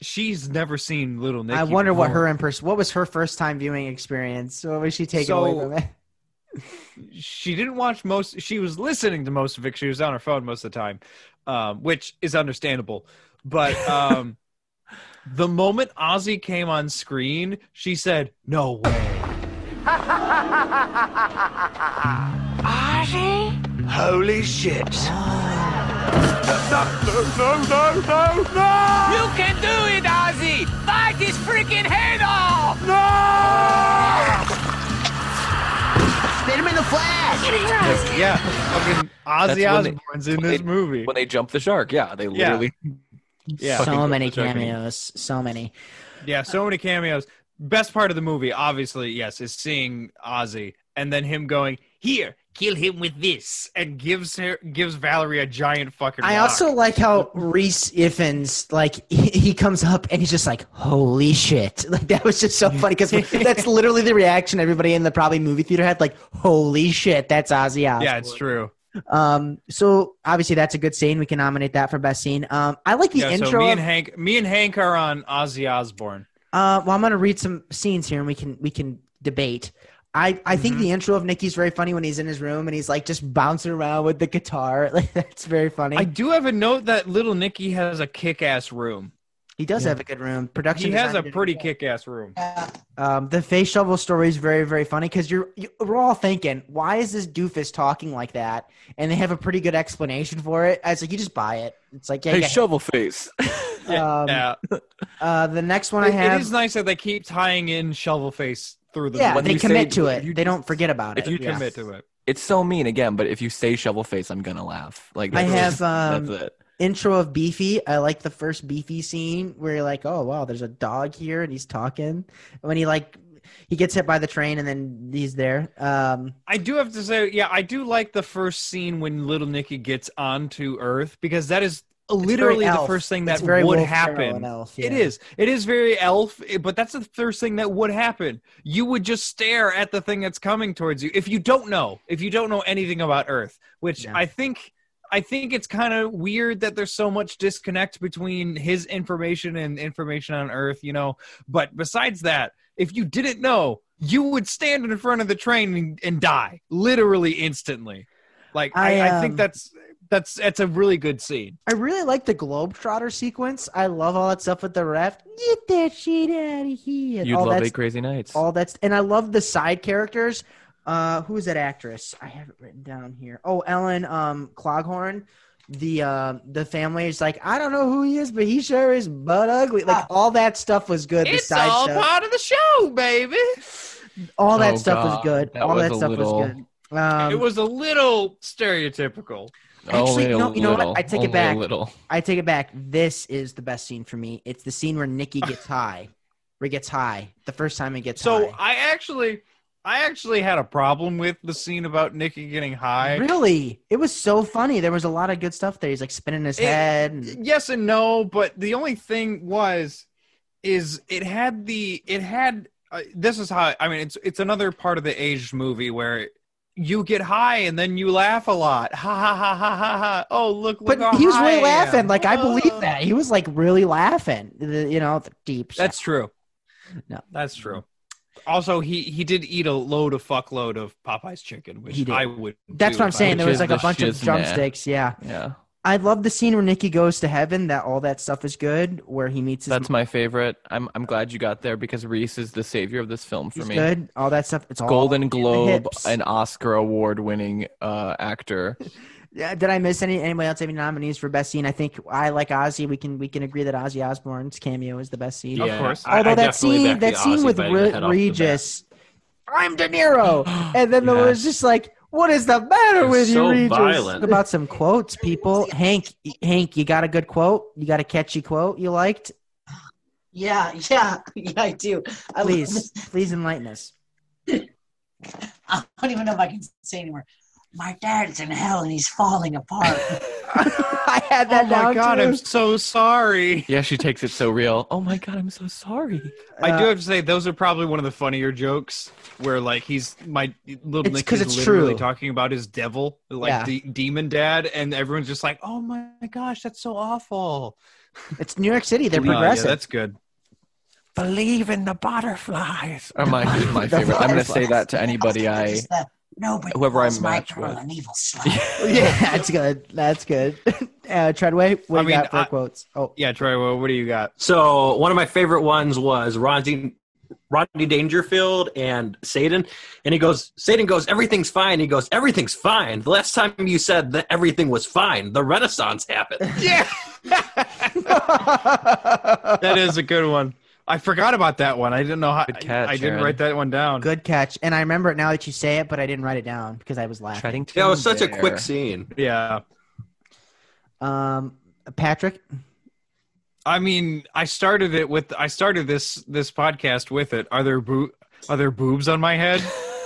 she's never seen Little Nicky. I wonder what before. her impress. What was her first time viewing experience? What was she taking So- away from it? she didn't watch most. She was listening to most of it. She was on her phone most of the time, um, which is understandable. But um, the moment Ozzy came on screen, she said, "No way." Ozzy? Holy shit. No, no, no, no, no, no! You can do it, Ozzy! Fight his freaking head off! No! Spit him in the flash! yeah, fucking That's Ozzy when they- Osbourne's in this movie. When they jump the shark, yeah, they Yeah. literally. [laughs] Yeah. fucking so jump many the shark. cameos. So many. Yeah, so many cameos. Best part of the movie, obviously, yes, is seeing Ozzy and then him going here, kill him with this, and gives her gives Valerie a giant fucking. I rock. also like how Reese Iffens, like he, he comes up and he's just like, "Holy shit!" [laughs] Like that was just so funny [laughs] because that's literally the reaction everybody in the probably movie theater had. Like, "Holy shit!" That's Ozzy Osbourne. yeah, it's true. Um, so obviously that's a good scene. We can nominate that for best scene. Um, I like the yeah, intro. so me of- and Hank, me and Hank are on Ozzy Osbourne. Uh, well, I'm gonna read some scenes here, and we can we can debate. I, I Mm-hmm. think the intro of Nicky's very funny when he's in his room and he's like just bouncing around with the guitar. [laughs] Like that's very funny. I do have a note that Little Nicky has a kick ass room. he does have a good room. Production. He has a design- pretty kick ass room. Um, the face shovel story is very very funny because you're you, we're all thinking why is this doofus talking like that? And they have a pretty good explanation for it. I was like, you just buy it. It's like yeah. Hey, yeah. shovel face. [laughs] Um, yeah. Uh, the next one I It- have. it is nice that they keep tying in Shovel Face through the yeah, when they you commit say- to it. they don't forget about if it. you Yeah. commit to it. It's so mean again, but if you say shovel face, I'm gonna laugh. Like I that's have just- um, that's it. intro of Beefy. I like the first Beefy scene where you're like, "Oh wow, there's a dog here and he's talking." When he like he gets hit by the train and then he's there. Um, I do have to say, yeah, I do like the first scene when Little Nicky gets onto Earth because that is literally the elf. first thing It's that very would Will Ferrell happen. and elf, It yeah. is. It is very elf, eh, but that's the first thing that would happen. You would just stare at the thing that's coming towards you if you don't know, if you don't know anything about Earth, which I think. I think it's kind of weird that there's so much disconnect between his information and information on Earth, you know. But besides that, if you didn't know, you would stand in front of the train and, and die literally instantly. Like I, I, I, think um, that's that's that's a really good scene. I really like the Globetrotter sequence. I love all that stuff with the ref. Get that shit out of here. You'd all love that's eight crazy nights. all that's and I love the side characters. Uh, who is that actress? I have it written down here. Oh, Ellen um, Cloghorn. The uh, the family is like, I don't know who he is, but he sure is butt ugly. Like Ah. all that stuff was good. the side stuff. of the show, baby. all that Oh, stuff was God. good. That all was that a stuff little- was good. Um, it was a little stereotypical. actually, Only a no, you know little. what? I take Only it back. A little. I take it back. This is the best scene for me. It's the scene where Nikki gets [sighs] high. Where he gets high. The first time he gets So high. I actually I actually had a problem with the scene about Nikki getting high. Really? It was so funny. There was a lot of good stuff there. He's like spinning his It- head. and- yes and no but the only thing was is it had the it had uh, this is how i mean it's it's another part of the aged movie where you get high and then you laugh a lot ha ha ha ha ha ha oh look look But how he was high I really am. laughing. Like I believe Oh. that. He was like really laughing. The- you know, the deep. that's true No. Mm-hmm. that's true also he he did eat a load of fuckload of popeye's chicken which He did. i would That's do what I'm if I saying. There Which was is like a the bunch of shiznit. drumsticks. Yeah. Yeah, I love the scene where Nikki goes to heaven. That all that stuff is good. Where he meets his that's my favorite. I'm I'm glad you got there because Reese is the savior of this film for He's me. good. All that stuff. It's all Golden Globe hips. and Oscar award winning uh, actor. Yeah, Did I miss any anybody else? Any nominees for best scene? I think I like Ozzy. We can we can agree that Ozzy Osbourne's cameo is the best scene. Of course. I- I Although that definitely scene back the that scene Aussie with biting the Re- head off the Regis, I'm De Niro, [gasps] and then there was Yes. just like, what is the matter It's with you, so Regis? violent. About some quotes, [laughs] people. Hank, Hank, you got a good quote. You got a catchy quote you liked. Yeah, yeah, [laughs] yeah, I do. I love Please, this. please enlighten us. I don't even know if I can say anymore. my dad's in hell and he's falling [laughs] apart. [laughs] I had that Oh my down, god, too. I'm so sorry. Yeah, she takes it so real. Oh my god, I'm so sorry. Uh, I do have to say those are probably one of the funnier jokes where like he's my little It's Nick 'cause is it's literally true. talking about his devil, like Yeah. the demon dad, and everyone's just like, "Oh my gosh, that's so awful." It's New York City. They're Oh, yeah, progressive. that's good. Believe in the butterflies. Are my [laughs] my The favorite. I'm gonna say butterflies. that to [laughs] anybody I Just the, nobody whoever I calls my match girl with. an evil [laughs] [laughs] slut. yeah, that's good. That's good. [laughs] Uh, Treadway, what I do you mean, got for I- quotes? Oh, Yeah, Troy, well, what do you got? So one of my favorite ones was Rodney Rodney Dangerfield and Satan, and he goes, Satan goes, everything's fine. He goes, everything's fine. The last time you said that everything was fine, the Renaissance happened. [laughs] Yeah. that is a good one. I forgot about that one. I didn't know how. catch, I didn't Aaron. write that one down. good catch. And I remember it now that you say it, but I didn't write it down because I was laughing. Treadington. That was such a Bear. quick scene. Yeah. Um, Patrick, I mean, I started it with I started this this podcast with it. Are there boo are there boobs on my head?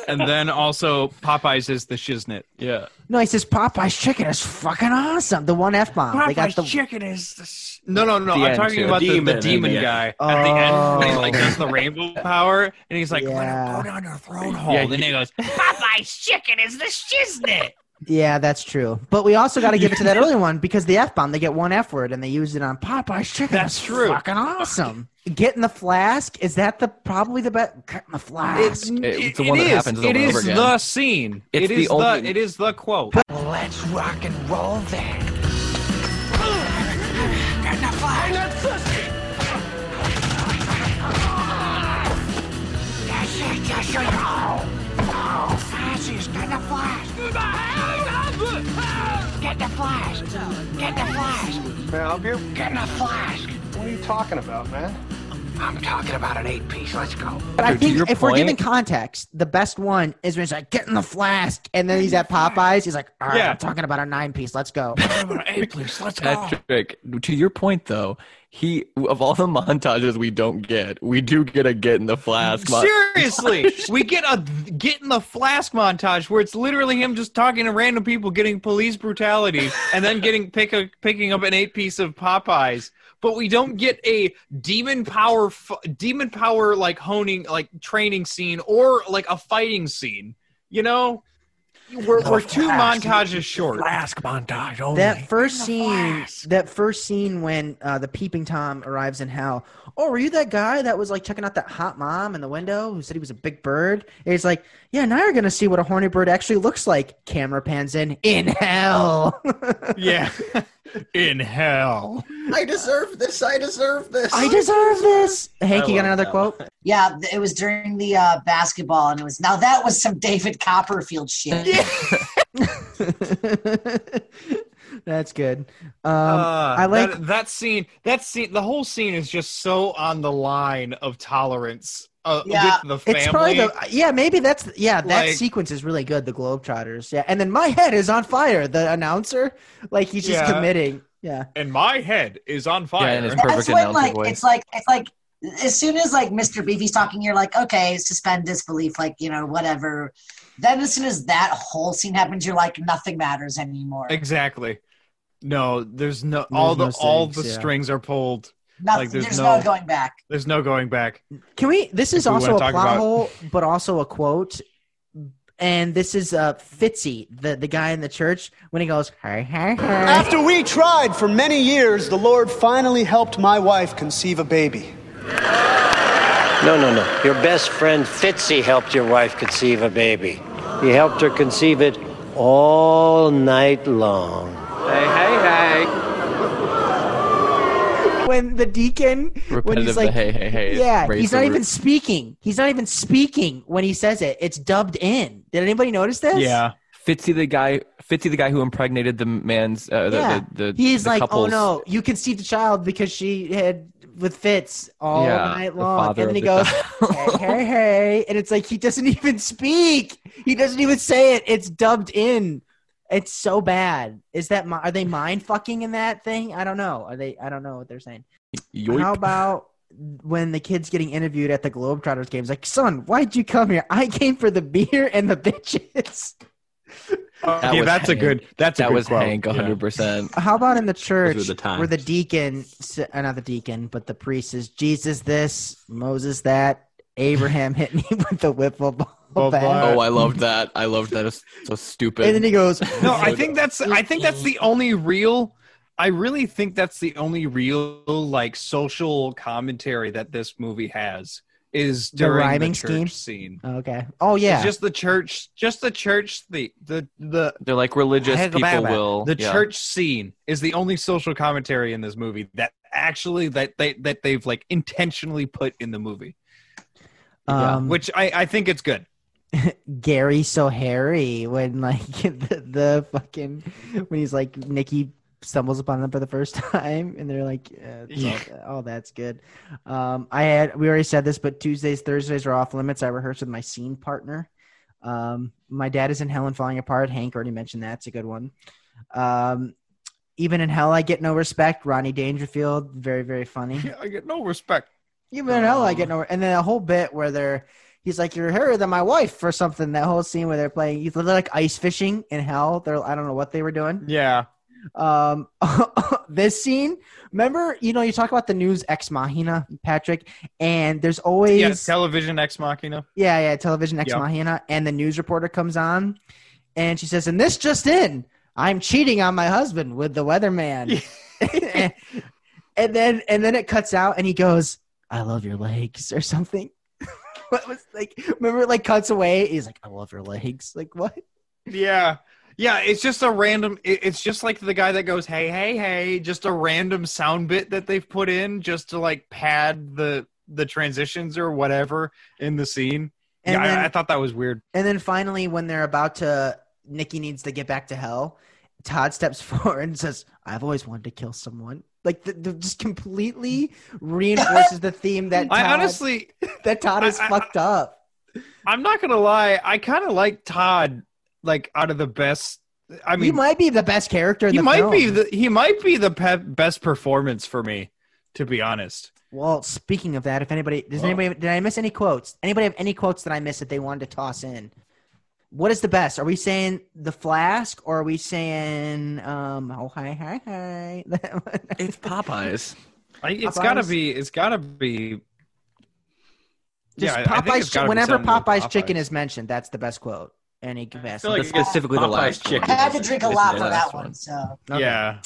And then also Popeyes is the shiznit. Yeah. no, he says Popeye's chicken is fucking awesome. The one f bomb. They got Popeye's the chicken is the s- No, no, no. The I'm end, talking too. about the, Demon the in demon the end. guy at the end when he like Oh. does the rainbow power and he's like, Yeah. "Go down your throne hole." Yeah, and then he- he goes, Popeye's chicken is the shiznit. yeah, that's true. But we also got to give it to that other one because the f bomb. They get one f word and they use it on Popeye's chicken. That's It's true. Fucking awesome. Get in the flask. Is that the probably the best? Get in the flask. "It's It's the one that is- happens over it and over is again. the scene. It's It the is the only- it is the quote." Let's rock and roll then. Get the flash! Get the flash! May I help you? Get the flash! What are you talking about, man? I'm talking about an eight piece. Let's go. But I Dude, to think your if we're point- giving context, the best one is when he's like, get in the flask. And then he's at Popeyes. He's like, all right, Yeah. I'm talking about a nine piece. Let's go. Eight, please. Let's go. Oh. Patrick, to your point though, he of all the montages we don't get, we do get a get in the flask. Mm, mon- Seriously, we get a get in the flask montage where it's literally him just talking to random people, getting police brutality, and then getting pick a, picking up an eight piece of Popeyes. But we don't get a demon power, f- demon power like honing, like training scene, or like a fighting scene. You know, we're, we're two flask. montages short. Flask montage only. That first The scene, flask. that first scene when uh, the peeping Tom arrives in hell. Oh, were you that guy that was like checking out that hot mom in the window who said he was a big bird? And he's like, yeah, now you're going to see what a horny bird actually looks like. Camera pans in, in hell. Yeah, in hell. I deserve this. I deserve this. I deserve this. Hank, you got love another that quote? Yeah, th- it was during the uh, basketball, and it was now that was some [laughs] David Copperfield shit. [laughs] That's good. Um, Uh, I like that, that scene. That scene. The whole scene is just so on the line of tolerance uh, Yeah. with the family. it's probably the yeah maybe that's yeah that Like- sequence is really good the Globetrotters yeah and then my head is on fire the announcer like he's just Yeah. committing yeah and my head is on fire. Yeah, and it's That's perfect when like announcer voice. it's like it's like as soon as like Mr. Beefy's talking, you're like, okay, suspend disbelief, like you know whatever. Then as soon as that whole scene happens, you're like, nothing matters anymore. [laughs] exactly. No, there's no all the There's no all the strings, yeah. strings are pulled. Nothing, like, there's, there's no, no- going back. There's no going back. can we this is If we also wanna a plot talk about- hole but also a quote and this is uh Fitzy the the guy in the church when he goes hey hey hey [laughs] After we tried for many years, the Lord finally helped my wife conceive a baby. No, no, no. Your best friend Fitzy helped your wife conceive a baby. He helped her conceive it all night long. Hey, hey, hey. when the deacon when Repetitive he's like hey hey hey. yeah raise he's the not roof. even speaking he's not even speaking when he says it it's dubbed in did anybody notice this Yeah, Fitzy the guy Fitzy the guy who impregnated the man's uh, the, Yeah. the, the He's the like, couple's, oh no, you conceived the child because she had with fits all Yeah, night the long. father And then of he the goes, child. hey, [laughs] hey, hey. And it's like, he doesn't [laughs] even speak. He doesn't even say it. It's dubbed in. It's so bad. Is that, mi- are they mind fucking in that thing? I don't know. Are they, I don't know what they're saying. Yoip. How about when the kid's getting interviewed at the Globetrotters games? Like, son, why'd you come here? I came for the beer and the bitches. Okay, was that's a good- that's a that good was quote. Hank Yeah. [laughs] 100. percent How about in the church Those were the times. where the deacon, s- uh, not the deacon, but the priest is Jesus this, Moses that, Abraham hit me [laughs] with the whipple ball bat. Oh, I loved that. I loved that. It's so stupid. And then he goes, No, I [laughs] think that's I think that's the only real I really think that's the only real like social commentary that this movie has is The during the, rhyming church scheme? scene. Okay. Oh yeah. It's just the church just the church the the the They're like religious Haggle people Babba. will. the yeah. church scene is the only social commentary in this movie that actually that they that they've like intentionally put in the movie. Yeah, Um, which I I think it's good. Gary so hairy when like [laughs] the, the fucking when he's like Nikki stumbles upon them for the first [laughs] time and they're like uh, it's all- oh that's good um i had we already said this but tuesdays thursdays are off limits i rehearse with my scene partner um my dad is in hell and falling apart hank already mentioned that it's a good one um even in hell i get no respect ronnie dangerfield very very funny I get no respect. even in hell, I get nowhere. And then a whole bit where they're, he's like, "You're hairy than my wife" or something. That whole scene where they're playing, they're like ice fishing in hell. They're, I don't know what they were doing. Yeah. Um, [laughs] this scene, remember, you know, you talk about the news ex machina, Patrick, and there's always, Yeah, television ex machina. yeah, yeah, television ex Yeah. machina, and the news reporter comes on, and she says, "And this just in, I'm cheating on my husband with the weatherman." [laughs] and then and then it cuts out and he goes i love your legs or something [laughs] what was like remember it like cuts away he's like i love your legs like what Yeah. Yeah, it's just a random it- it's just like the guy that goes hey hey hey, just a random sound bit that they've put in just to like pad the the transitions or whatever in the scene. And yeah, I- then- I, thought that was weird. and then finally when they're about to nikki needs to get back to hell todd steps [laughs] forward and says i've always wanted to kill someone like the, the, just [laughs] completely reinforces the theme that I Todd- honestly that Todd is I- I- fucked up. I'm not going to lie, I kind of like Todd like out of the best I he mean might be the best character. In he the might film. be the he might be the pe- best performance for me to be honest. Well, speaking of that, if anybody does Whoa. anybody did I miss any quotes? Anybody have any quotes that I missed that they wanted to toss in? What is the best? Are we saying the flask or are we saying um oh hi hi hi? [laughs] That one. [laughs] It's Popeyes. I, it's Popeyes? got to be it's got to be Just I- I think it's Popeye's gotta be whenever something with Popeye's chicken is mentioned, that's the best quote. Any capacity. That's specifically the last I one. had to drink a lot for that one. So Okay. Yeah.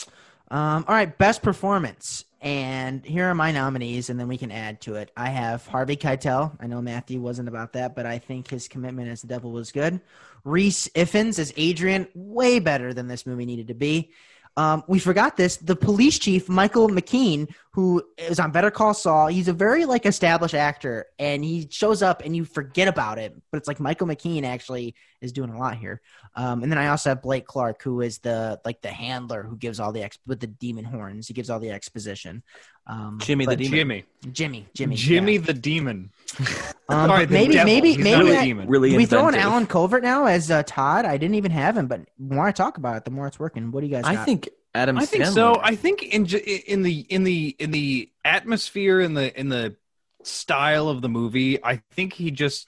Um, all right, best performance. And here are my nominees, and then we can add to it. I have Harvey Keitel. I know Matthew wasn't about that, but I think his commitment as the devil was good. Reese Iffens as Adrian, way better than this movie needed to be. Um, we forgot this. The police chief, Michael McKean, who is on Better Call Saul, he's a very like established actor, and he shows up and you forget about it. But it's like Michael McKean actually is doing a lot here. Um, and then I also have Blake Clark, who is the like the handler who gives all the ex with the demon horns. He gives all the exposition. Um, Jimmy the but- Demon. Jimmy. Jimmy, Jimmy, Jimmy the demon. [laughs] Um, Sorry, but the maybe, devil. maybe, He's maybe, not a I- demon. Really do we throw in inventive. Alan Covert now as uh, Todd. I didn't even have him, but the more I talk about it, the more it's working. What do you guys? I got? think Adam. I think Sandler. so. I think in ju- in the in the in the atmosphere in the in the style of the movie, I think he just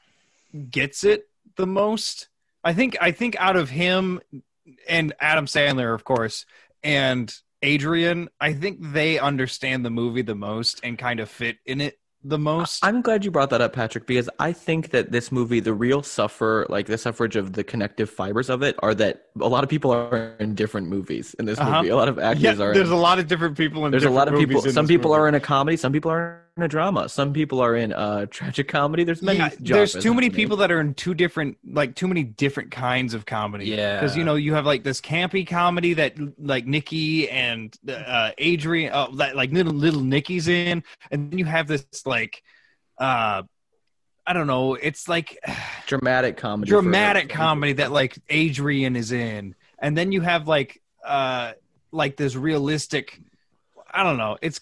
gets it the most. I think I think out of him and Adam Sandler, of course, and Adrian, I think they understand the movie the most and kind of fit in it the most. I'm glad you brought that up, Patrick, because I think that this movie, the real suffer, like the suffrage of the connective fibers of it, are that a lot of people are in different movies in this Uh-huh. movie. A lot of actors Yeah, are. there's in, a lot of different people in there's a lot different of people. movies in Some this people movie. are in a comedy. Some people are in a drama. Some people are in a tragic comedy. There's many. Yeah, genres there's too many happening. people that are in two different, like too many different kinds of comedy. Yeah. because you know you have like this campy comedy that like Nikki and uh, Adrian, uh, that like little little Nikki's in, and then you have this like, uh, I don't know, it's like dramatic comedy. for- dramatic comedy that like Adrian is in, and then you have like uh like this realistic. I don't know. It's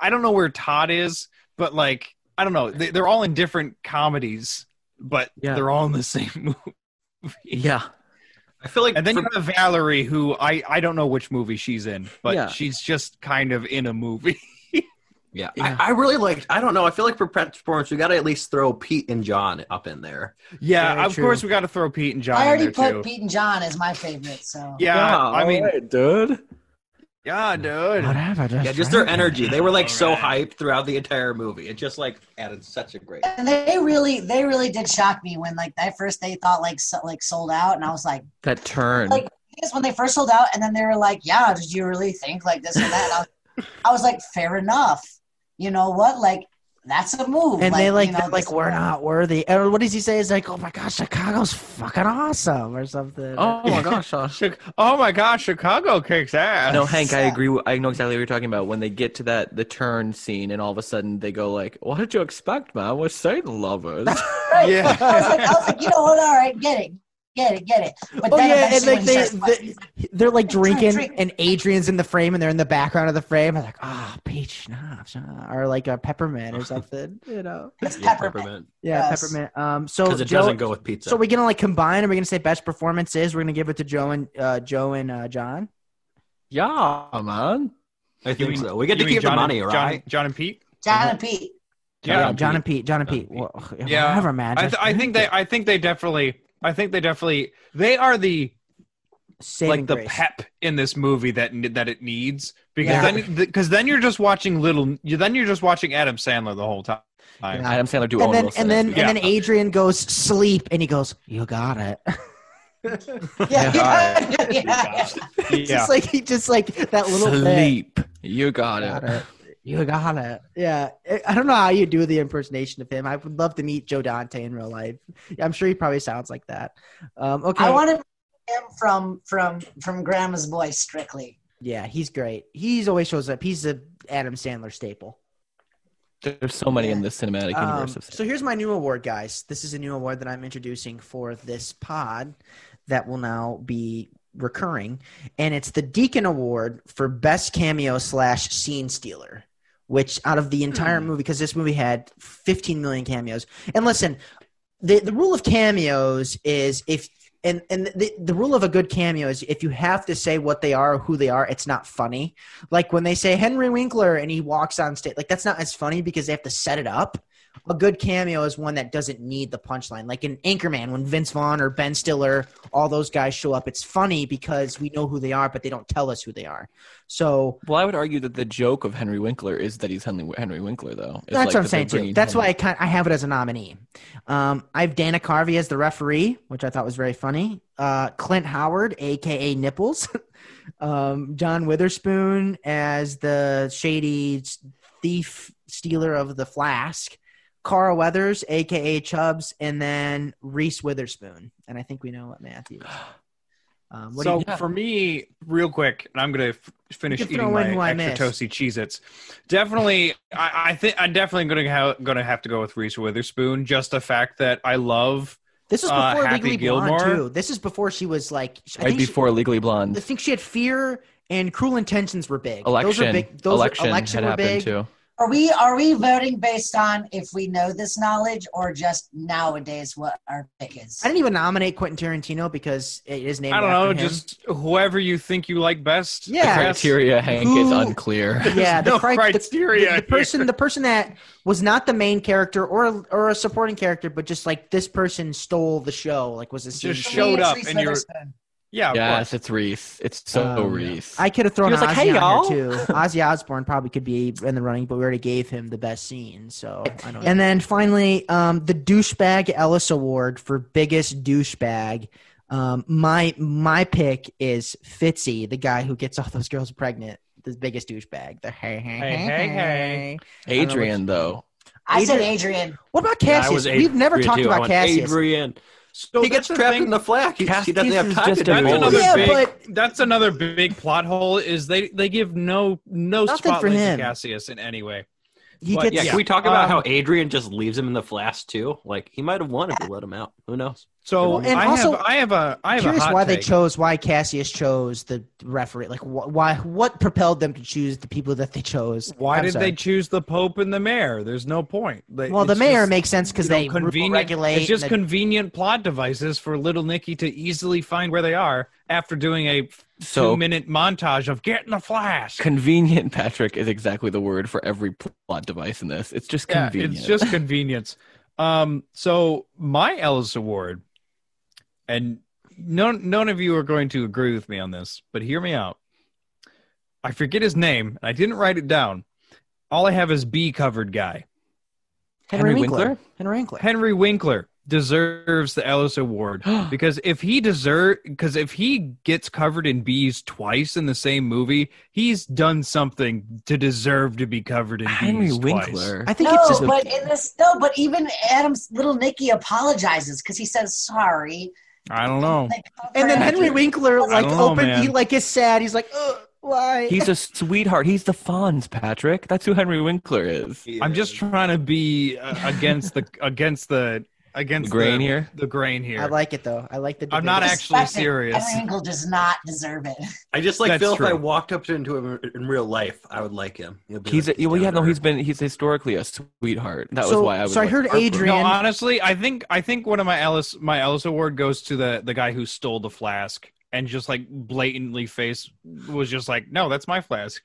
I don't know where Todd is, but like I don't know. They, they're all in different comedies, but Yeah. they're all in the [laughs] same movie. Yeah. I feel like, and then you have Valerie, who I I don't know which movie she's in, but Yeah. she's just kind of in a movie. [laughs] Yeah, I, I really liked. I don't know. I feel like for performance, we got to at least throw Pete and John up in there. Yeah, of course we got to throw Pete and John. I in already there, put too. Pete and John as my favorite. So Yeah, I mean, dude. Yeah, dude. Whatever. Yeah, just their energy. They were like so hyped throughout the entire movie. It just like added such a great. Oh, and they really, they really did shock me when like that first they thought like so, like sold out, and I was like, That turn. like because when they first sold out, and then they were like, yeah, did you really think like this or that? And I, was, I was like, fair enough. You know what? Like that's a move. And they like you know, they're like this- we're not worthy. Or what does he say? Is like, oh my gosh, Chicago's fucking awesome or something. Oh my gosh, Chi- oh my gosh, Chicago kicks ass. [laughs] No, Hank, I agree. wi- I know exactly what you're talking about. When they get to that the turn scene, and all of a sudden they go like, "What did you expect, man? We're Satan lovers." [laughs] Right. I was like, I was like, you know what? All right, get it, get it, get it. But Oh then yeah, and eventually like when they, Jess- they they're like drinking, drink. and Adrian's in the frame, and they're in the background of the frame. I'm like, ah, peach schnapps, ah," or like a peppermint [laughs] or something. you know, peppermint. Yeah, peppermint. Um, so 'Cause it doesn't go with pizza. So we're gonna like combine, and we're gonna say best performances. We're gonna give it to Joe and uh, Joe and uh, John. [laughs] Yeah, man. I You think mean- so. We get to you mean keep the John and- money, John- right? John and Pete. John and Pete. Yeah. John, and Pete. John and Pete. Well, Yeah, whatever, man. I, th- I think they, I think they definitely, I think they definitely, they are the like the grace. pep in this movie that that it needs because Yeah. then because then you're just watching little, you then you're just watching Adam Sandler [laughs] the whole time. Adam Sandler do and Owen then Wilson. and then Yeah. and then Adrian goes sleep, and he goes, "You got it." [laughs] yeah, yeah, [laughs] yeah, yeah. just like he just like that little bit. sleep. You got, Got it. it. You got it. Yeah, I- I don't know how you do the impersonation of him. I would love to meet Joe Dante in real life. I'm sure he probably sounds like that. Um, okay. I want to him from from from Grandma's Boy strictly. yeah, he's great. He's always shows up. He's a Adam Sandler staple. There's so many in this cinematic Um, universe. Of so here's my new award, guys. This is a new award that I'm introducing for this pod that will now be recurring, and it's the Deacon Award for Best Cameo slash Scene Stealer. Which out of the entire Hmm. movie, because this movie had 15 million cameos. And listen, the the rule of cameos is if and and the, the rule of a good cameo is if you have to say what they are or who they are, it's not funny. Like when they say Henry Winkler and he walks on stage, like that's not as funny because they have to set it up. A good cameo is one that doesn't need the punchline. Like in Anchorman, when Vince Vaughn or Ben Stiller, all those guys show up, it's funny because we know who they are, but they don't tell us who they are. So well, I would argue that the joke of Henry Winkler is that he's Henry, Henry Winkler, though. It's That's like what I'm that saying they're too. bringing That's him- why I kind I have it as a nominee. Um, I have Dana Carvey as the referee, which I thought was very funny. Uh, Clint Howard, aka Nipples, [laughs] um, John Witherspoon as the shady s- thief stealer of the flask, Carl Weathers, aka Chubbs, and then Reese Witherspoon. And I think we know what Matthew. Is. Um, what do so you- for me, real quick, and I'm gonna f- finish You can eating throw in my who I extra missed. toasty Cheez-Its. Definitely, I, I think I'm definitely gonna ha- gonna have to go with Reese Witherspoon. Just the fact that I love this is before uh, Happy Legally Gilmore. Blonde too. This is before she was like I right think she- before Legally I Blonde think she had fear and cruel intentions were big. election. those are big. Those election, are, election had were happened big. too. Are we are we voting based on if we know this knowledge or just nowadays what our pick is? I didn't even nominate Quentin Tarantino because it is named. I don't after know, him. [laughs] just whoever you think you like best. I Yeah. guess. Criteria, Hank, is Who- unclear. yeah. The, no cri- the- criteria The, the here. person, the person that was not the main character or or a supporting character, but just like this person stole the show. Like was a scene Just stealer. showed up Reese and you're. Witherspoon. Yeah, of yes, course. it's Reese. It's so Um, Reese. I could have thrown He was Ozzy like, "Hey, on here y'all." [laughs] too. Ozzy Osbourne probably could be in the running, but we already gave him the best scene, so I don't. know. And then finally, um, the douchebag Ellis Award for biggest douchebag. Um, my my pick is Fitzy, the guy who gets all those girls pregnant. The biggest douchebag. The hey hey hey hey. hey, hey. Adrian, though. I said Adrian. What about Yeah, I Cassius? was Ad- We've never Adrian, talked too. I about went Cassius. Adrian. So he that's gets the trapped thing- in the flak. He, he doesn't Cassius have is time to just do a That's Dude. another Yeah, big. but- that's another big plot hole. Is they they give no no Nothing for spotlight to him. Cassius in any way. He But gets Yeah, can we talk about Um, how Adrian just leaves him in the flask too? Like he might have won if we let him out. Who knows? So and I also- have I have a I have curious a hot why they take. chose why Cassius chose the referee. Like wh- why what propelled them to choose the people that they chose? Why I'm did sorry. they choose the Pope and the mayor? There's no point. They- Well, the it's mayor just, makes sense because you know, they rule regulate. It's just and the- convenient plot devices for Little Nicky to easily find where they are after doing a So- two minute montage of get in the flash. Convenient, Patrick, is exactly the word for every plot device in this. It's just Yeah, convenient. it's just convenience. Um, so my Ellis Award, and none none of you are going to agree with me on this, but hear me out. I forget his name. I didn't write it down. All I have is B covered guy. Henry Winkler. Henry Winkler. Henry Winkler deserves the Ellis Award because if he deserve because if he gets covered in bees twice in the same movie, he's done something to deserve to be covered in bees twice. I think no, it's just- but in this no, but even Adam's little Nicky apologizes because he says sorry. I don't know. And then Henry Winkler like don't know, open he man. like is sad. He's like, Ugh, why? He's a sweetheart. He's the Fonz, Patrick. That's who Henry Winkler is. I'm just trying to be uh, against the against the against The grain the- here? The grain here. I like it though. I like the. I'm not debate. actually Respect it. serious. Henry Winkler does not deserve it. [laughs] I just like That's feel if I true. walked up to into him in real life, I would like him. He'll be He's like, a, well, yeah, no, he's been he's historically a sweetheart. That So- was why I was. so I like, heard heartbroken. Adrian- No, honestly, I think I think one of my Ellis my Ellis award goes to the the guy who stole the flask and just like blatantly face was just like, no, that's my flask.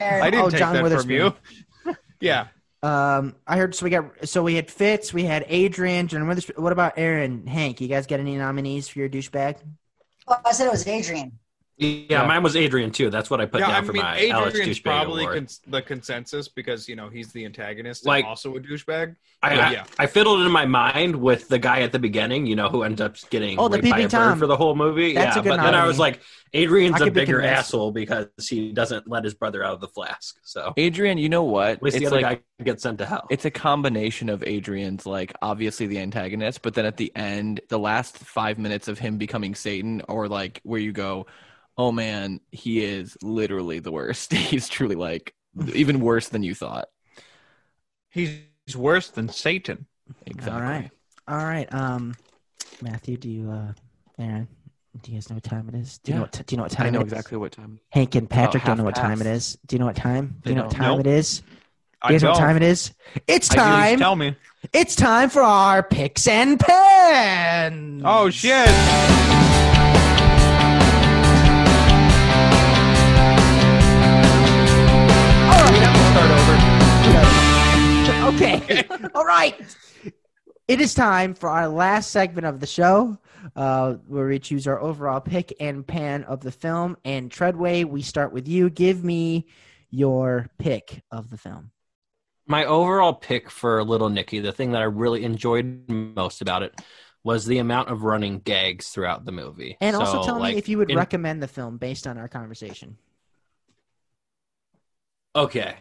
I didn't Oh, take John that from you. [laughs] Witherspoon. [laughs] yeah, Um, I heard. So we got. So we had Fitz. We had Adrian. John Witherspoon. What about Aaron? Hank? You guys got any nominees for your douchebag? Well, I said it was Adrian. yeah, mine was Adrian too. That's what I put yeah. down I for mean, my Alex Adrian's douchebag probably award. cons- the consensus because you know he's the antagonist Like- and also a douchebag. I, But I, I fiddled in my mind with the guy at the beginning, you know, who ends up getting Oh, the raped by peeping a bird Tom. for the whole movie. That's yeah, a good but then I nominee. was like, I Adrian's a could be bigger convinced. asshole because he doesn't let his brother out of the flask. So Adrian, you know what? at least the It's other like- guy gets sent to hell. It's a combination of Adrian's, like, obviously the antagonist, but then at the end, the last five minutes of him becoming Satan, or like where you go, oh man, he is literally the worst. [laughs] He's truly like even worse than you thought. He's he's worse than Satan. Exactly. All right. All right. Um, Matthew, do you? Uh, Aaron, do you guys know what time it is? Do you Yeah. know what? T- do you know what I time? know it is? exactly what time. Hank and It's about Patrick don't know half what time it past. is. Do you know what time? Do They you know what don't. time Nope. it is? I Do you guys know what don't. time it is? It's I do. time. Tell me. It's time for our picks and pens. Oh shit! okay. All [laughs] right. It is time for our last segment of the show, uh, where we choose our overall pick and pan of the film. And Treadway, we start with you. Give me your pick of the film. my overall pick for Little Nicky, the thing that I really enjoyed most about it was the amount of running gags throughout the movie. And also So, tell like, me if you would in- recommend the film based on our conversation. Okay.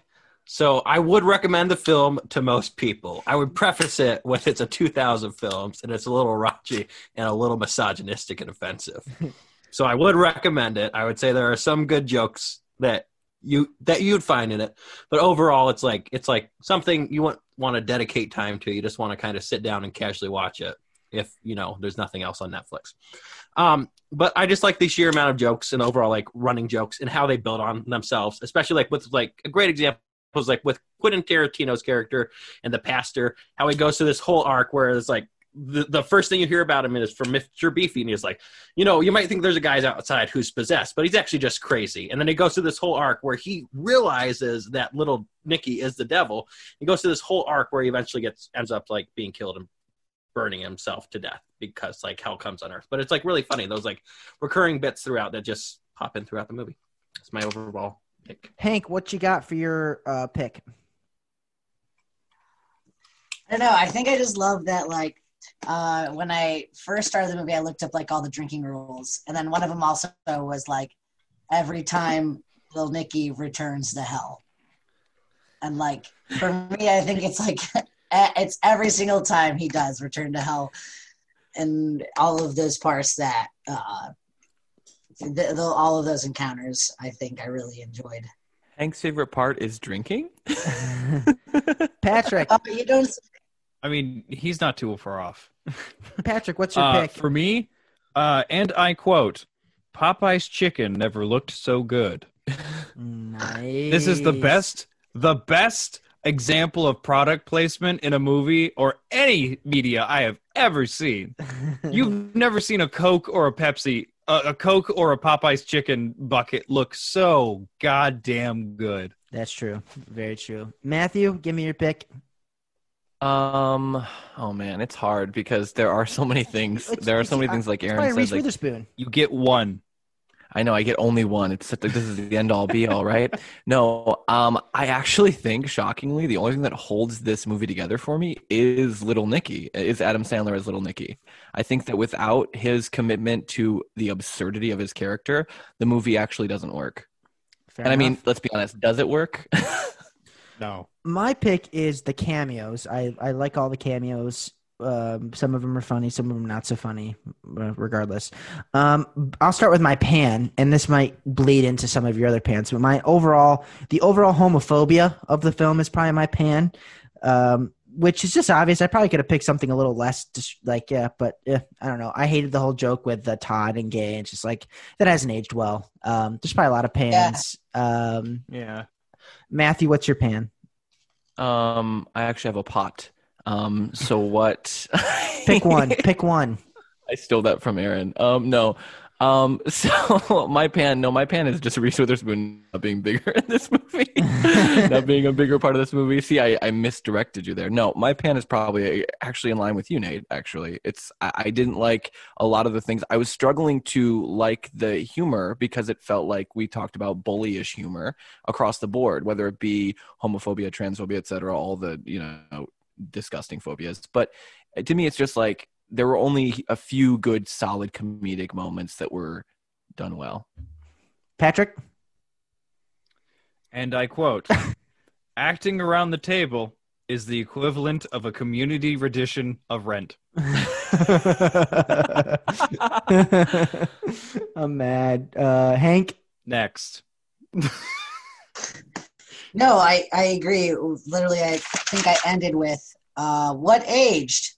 So I would recommend the film to most people. I would preface it [laughs] with it's a 2000 films and it's a little raunchy and a little misogynistic and offensive. so I would recommend it. I would say there are some good jokes that you that you'd find in it, but overall it's like it's like something you want want to dedicate time to. You just want to kind of sit down and casually watch it if, you know, there's nothing else on Netflix. Um, but I just like the sheer amount of jokes and overall like running jokes and how they build on themselves, especially like with like a great example was like with Quentin Tarantino's character and the pastor, how he goes through this whole arc where it's like the, the first thing you hear about him is from Mr. Beefy, and he's like, you know, you might think there's a guy outside who's possessed, but he's actually just crazy. And then he goes through this whole arc where he realizes that little Nicky is the devil. He goes through this whole arc where he eventually gets ends up like being killed and burning himself to death because like hell comes on earth. But it's like really funny those like recurring bits throughout that just pop in throughout the movie. It's my overall pick. Hank, what you got for your uh, [laughs] pick? I don't know. I think I just love that. Like uh, when I first started the movie, I looked up like all the drinking rules, and then one of them also was like every time Little Nicky returns to hell. And like for me, I think it's like [laughs] e, it's every single time he does return to hell, and all of those parts that uh, th- th- all of those encounters, I think I really enjoyed. Hank's favorite part is drinking. Patrick, Oh, you don't I mean, he's not too far off. Patrick, what's your Uh, pick? For me, uh, and I quote, Popeye's chicken never looked so good. This is the Nice. [laughs] best, the best example of product placement in a movie or any media I have ever seen. You've never seen a Coke or a Pepsi a, a Coke or a Popeye's chicken bucket look so goddamn good. That's true. Very true. Matthew, give me your pick. Um. Oh man, it's hard because there are so many things. It's- there are so it's- many things. Like it's Aaron probably said, Reese like, Witherspoon. You get one. I know. I get only one. It's like this is the end all be all, right? No. Um. I actually think, shockingly, the only thing that holds this movie together for me is Little Nicky. Is Adam Sandler as Little Nicky? I think that without his commitment to the absurdity of his character, the movie actually doesn't work. Fair and I mean, enough. let's be honest. Does it work? no. My pick is the cameos. I, I like all the cameos. Um, some of them are funny, some of them not so funny. uh, Regardless, um, I'll start with my pan, and this might bleed into some of your other pans. But my overall, the overall homophobia of the film is probably my pan, um, which is just obvious. I probably could have picked something a little less, dis- like yeah, but eh, I don't know. I hated the whole joke with uh, Todd and Gay, and it's just like that hasn't aged well. Um, there's probably a lot of pans. Um, yeah. Matthew, what's your pan? Um, I actually have a pot. Um, so what? [laughs] Pick [laughs] one. pick one. I stole that from Aaron. Um, no. Um, [laughs] so my pan, no, my pan is just Reese Witherspoon not being bigger in this movie, not being a bigger part of this movie. See, I, I misdirected you there. No, my pan is probably actually in line with you, Nate. Actually, it's I, I didn't like a lot of the things. I was struggling to like the humor because it felt like we talked about bullyish humor across the board, whether it be homophobia, transphobia, etc. All the you know disgusting phobias, but to me, it's just like there were only a few good, solid comedic moments that were done well. [laughs] Patrick? And I quote Acting around the table is the equivalent of a community rendition of rent. I'm mad. Uh, [laughs] Hank? Next. No, I, I agree. Literally, I think I ended with uh, what aged?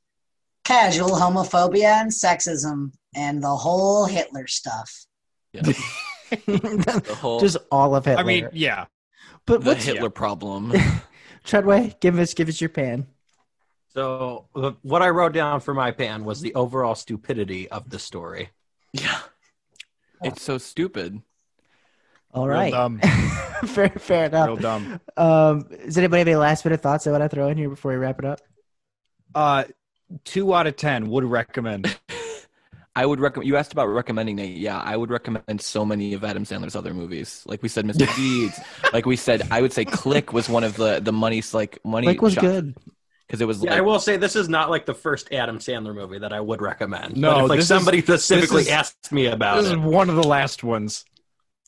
Casual homophobia and sexism and the whole Hitler stuff. whole- Just all of Hitler. I mean, yeah. But the what's Hitler problem. Treadway? Give us, give us your pan. So the- what I wrote down for my pan was the overall stupidity of the story. [laughs] Yeah. It's so stupid. All Real right. [laughs] dumb. fair, fair enough. Real dumb. Um, does anybody have any last minute thoughts they want to throw in here before we wrap it up? Uh, two out of 10 would recommend. I would recommend. You asked about recommending Nate. Yeah, I would recommend so many of Adam Sandler's other movies. Like we said, [laughs] Mr. Deeds. like we said, I would say Click was one of the the money's like money. Click was good because it was. Yeah, like, I will say this is not like the first Adam Sandler movie that I would recommend. No, but if like this is- somebody this specifically is- asked me about This it. is one of the last ones.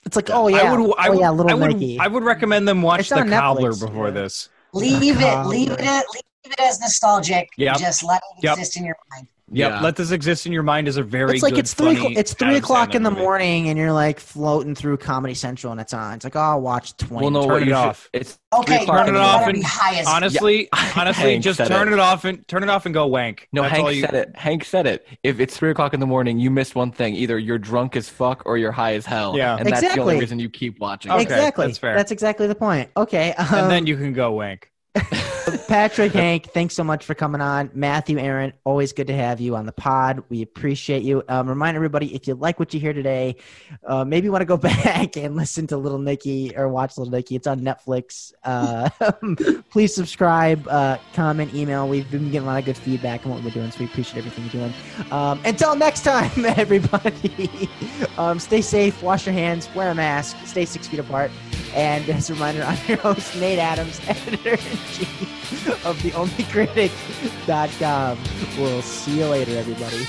It's like, oh yeah, I would, I oh would, yeah, little I would, Nike. I would recommend them watch It's The on Netflix, Cobbler before this. Leave it, God. leave it, leave it as nostalgic. Yep. Just let it Yep. exist in your mind. Yep, Yeah. let this exist in your mind as a very. It's like good, it's three. o'clock- funny It's three Adam o'clock in Sandler the movie. morning, and you're like floating through Comedy Central, and it's on. It's like, oh, I'll watch twenty. well, no, turn what it you should- off. It's Okay, three o'clock Turn in it the off morning. be high as- and honestly, [laughs] Yeah. honestly, Hank just said turn it. it. off and turn it off and go wank. No, That's all Hank you- said it. Hank said it. If it's three o'clock in the morning, you missed one thing. Either you're drunk as fuck or you're high as hell. Yeah. and that's the only Exactly. reason you keep watching. Okay, exactly. that's fair. exactly the point. Okay. Um, and then you can go wank. [laughs] Patrick, Hank, thanks so much for coming on. Matthew, Aaron, always good to have you on the pod. We appreciate you. Um, remind everybody if you like what you hear today, uh, maybe you want to go [laughs] back and listen to Little Nicky or watch Little Nicky. It's on Netflix. Uh, [laughs] please subscribe, uh, comment, email. We've been getting a lot of good feedback on what we're doing, so we appreciate everything you're doing. Um, until next time, [laughs] everybody, [laughs] um, stay safe, wash your hands, wear a mask, stay six feet apart. And as a reminder, [laughs] I'm your host, Nate Adams, [laughs] editor in chief of theonlycritic.com. We'll see you later, everybody.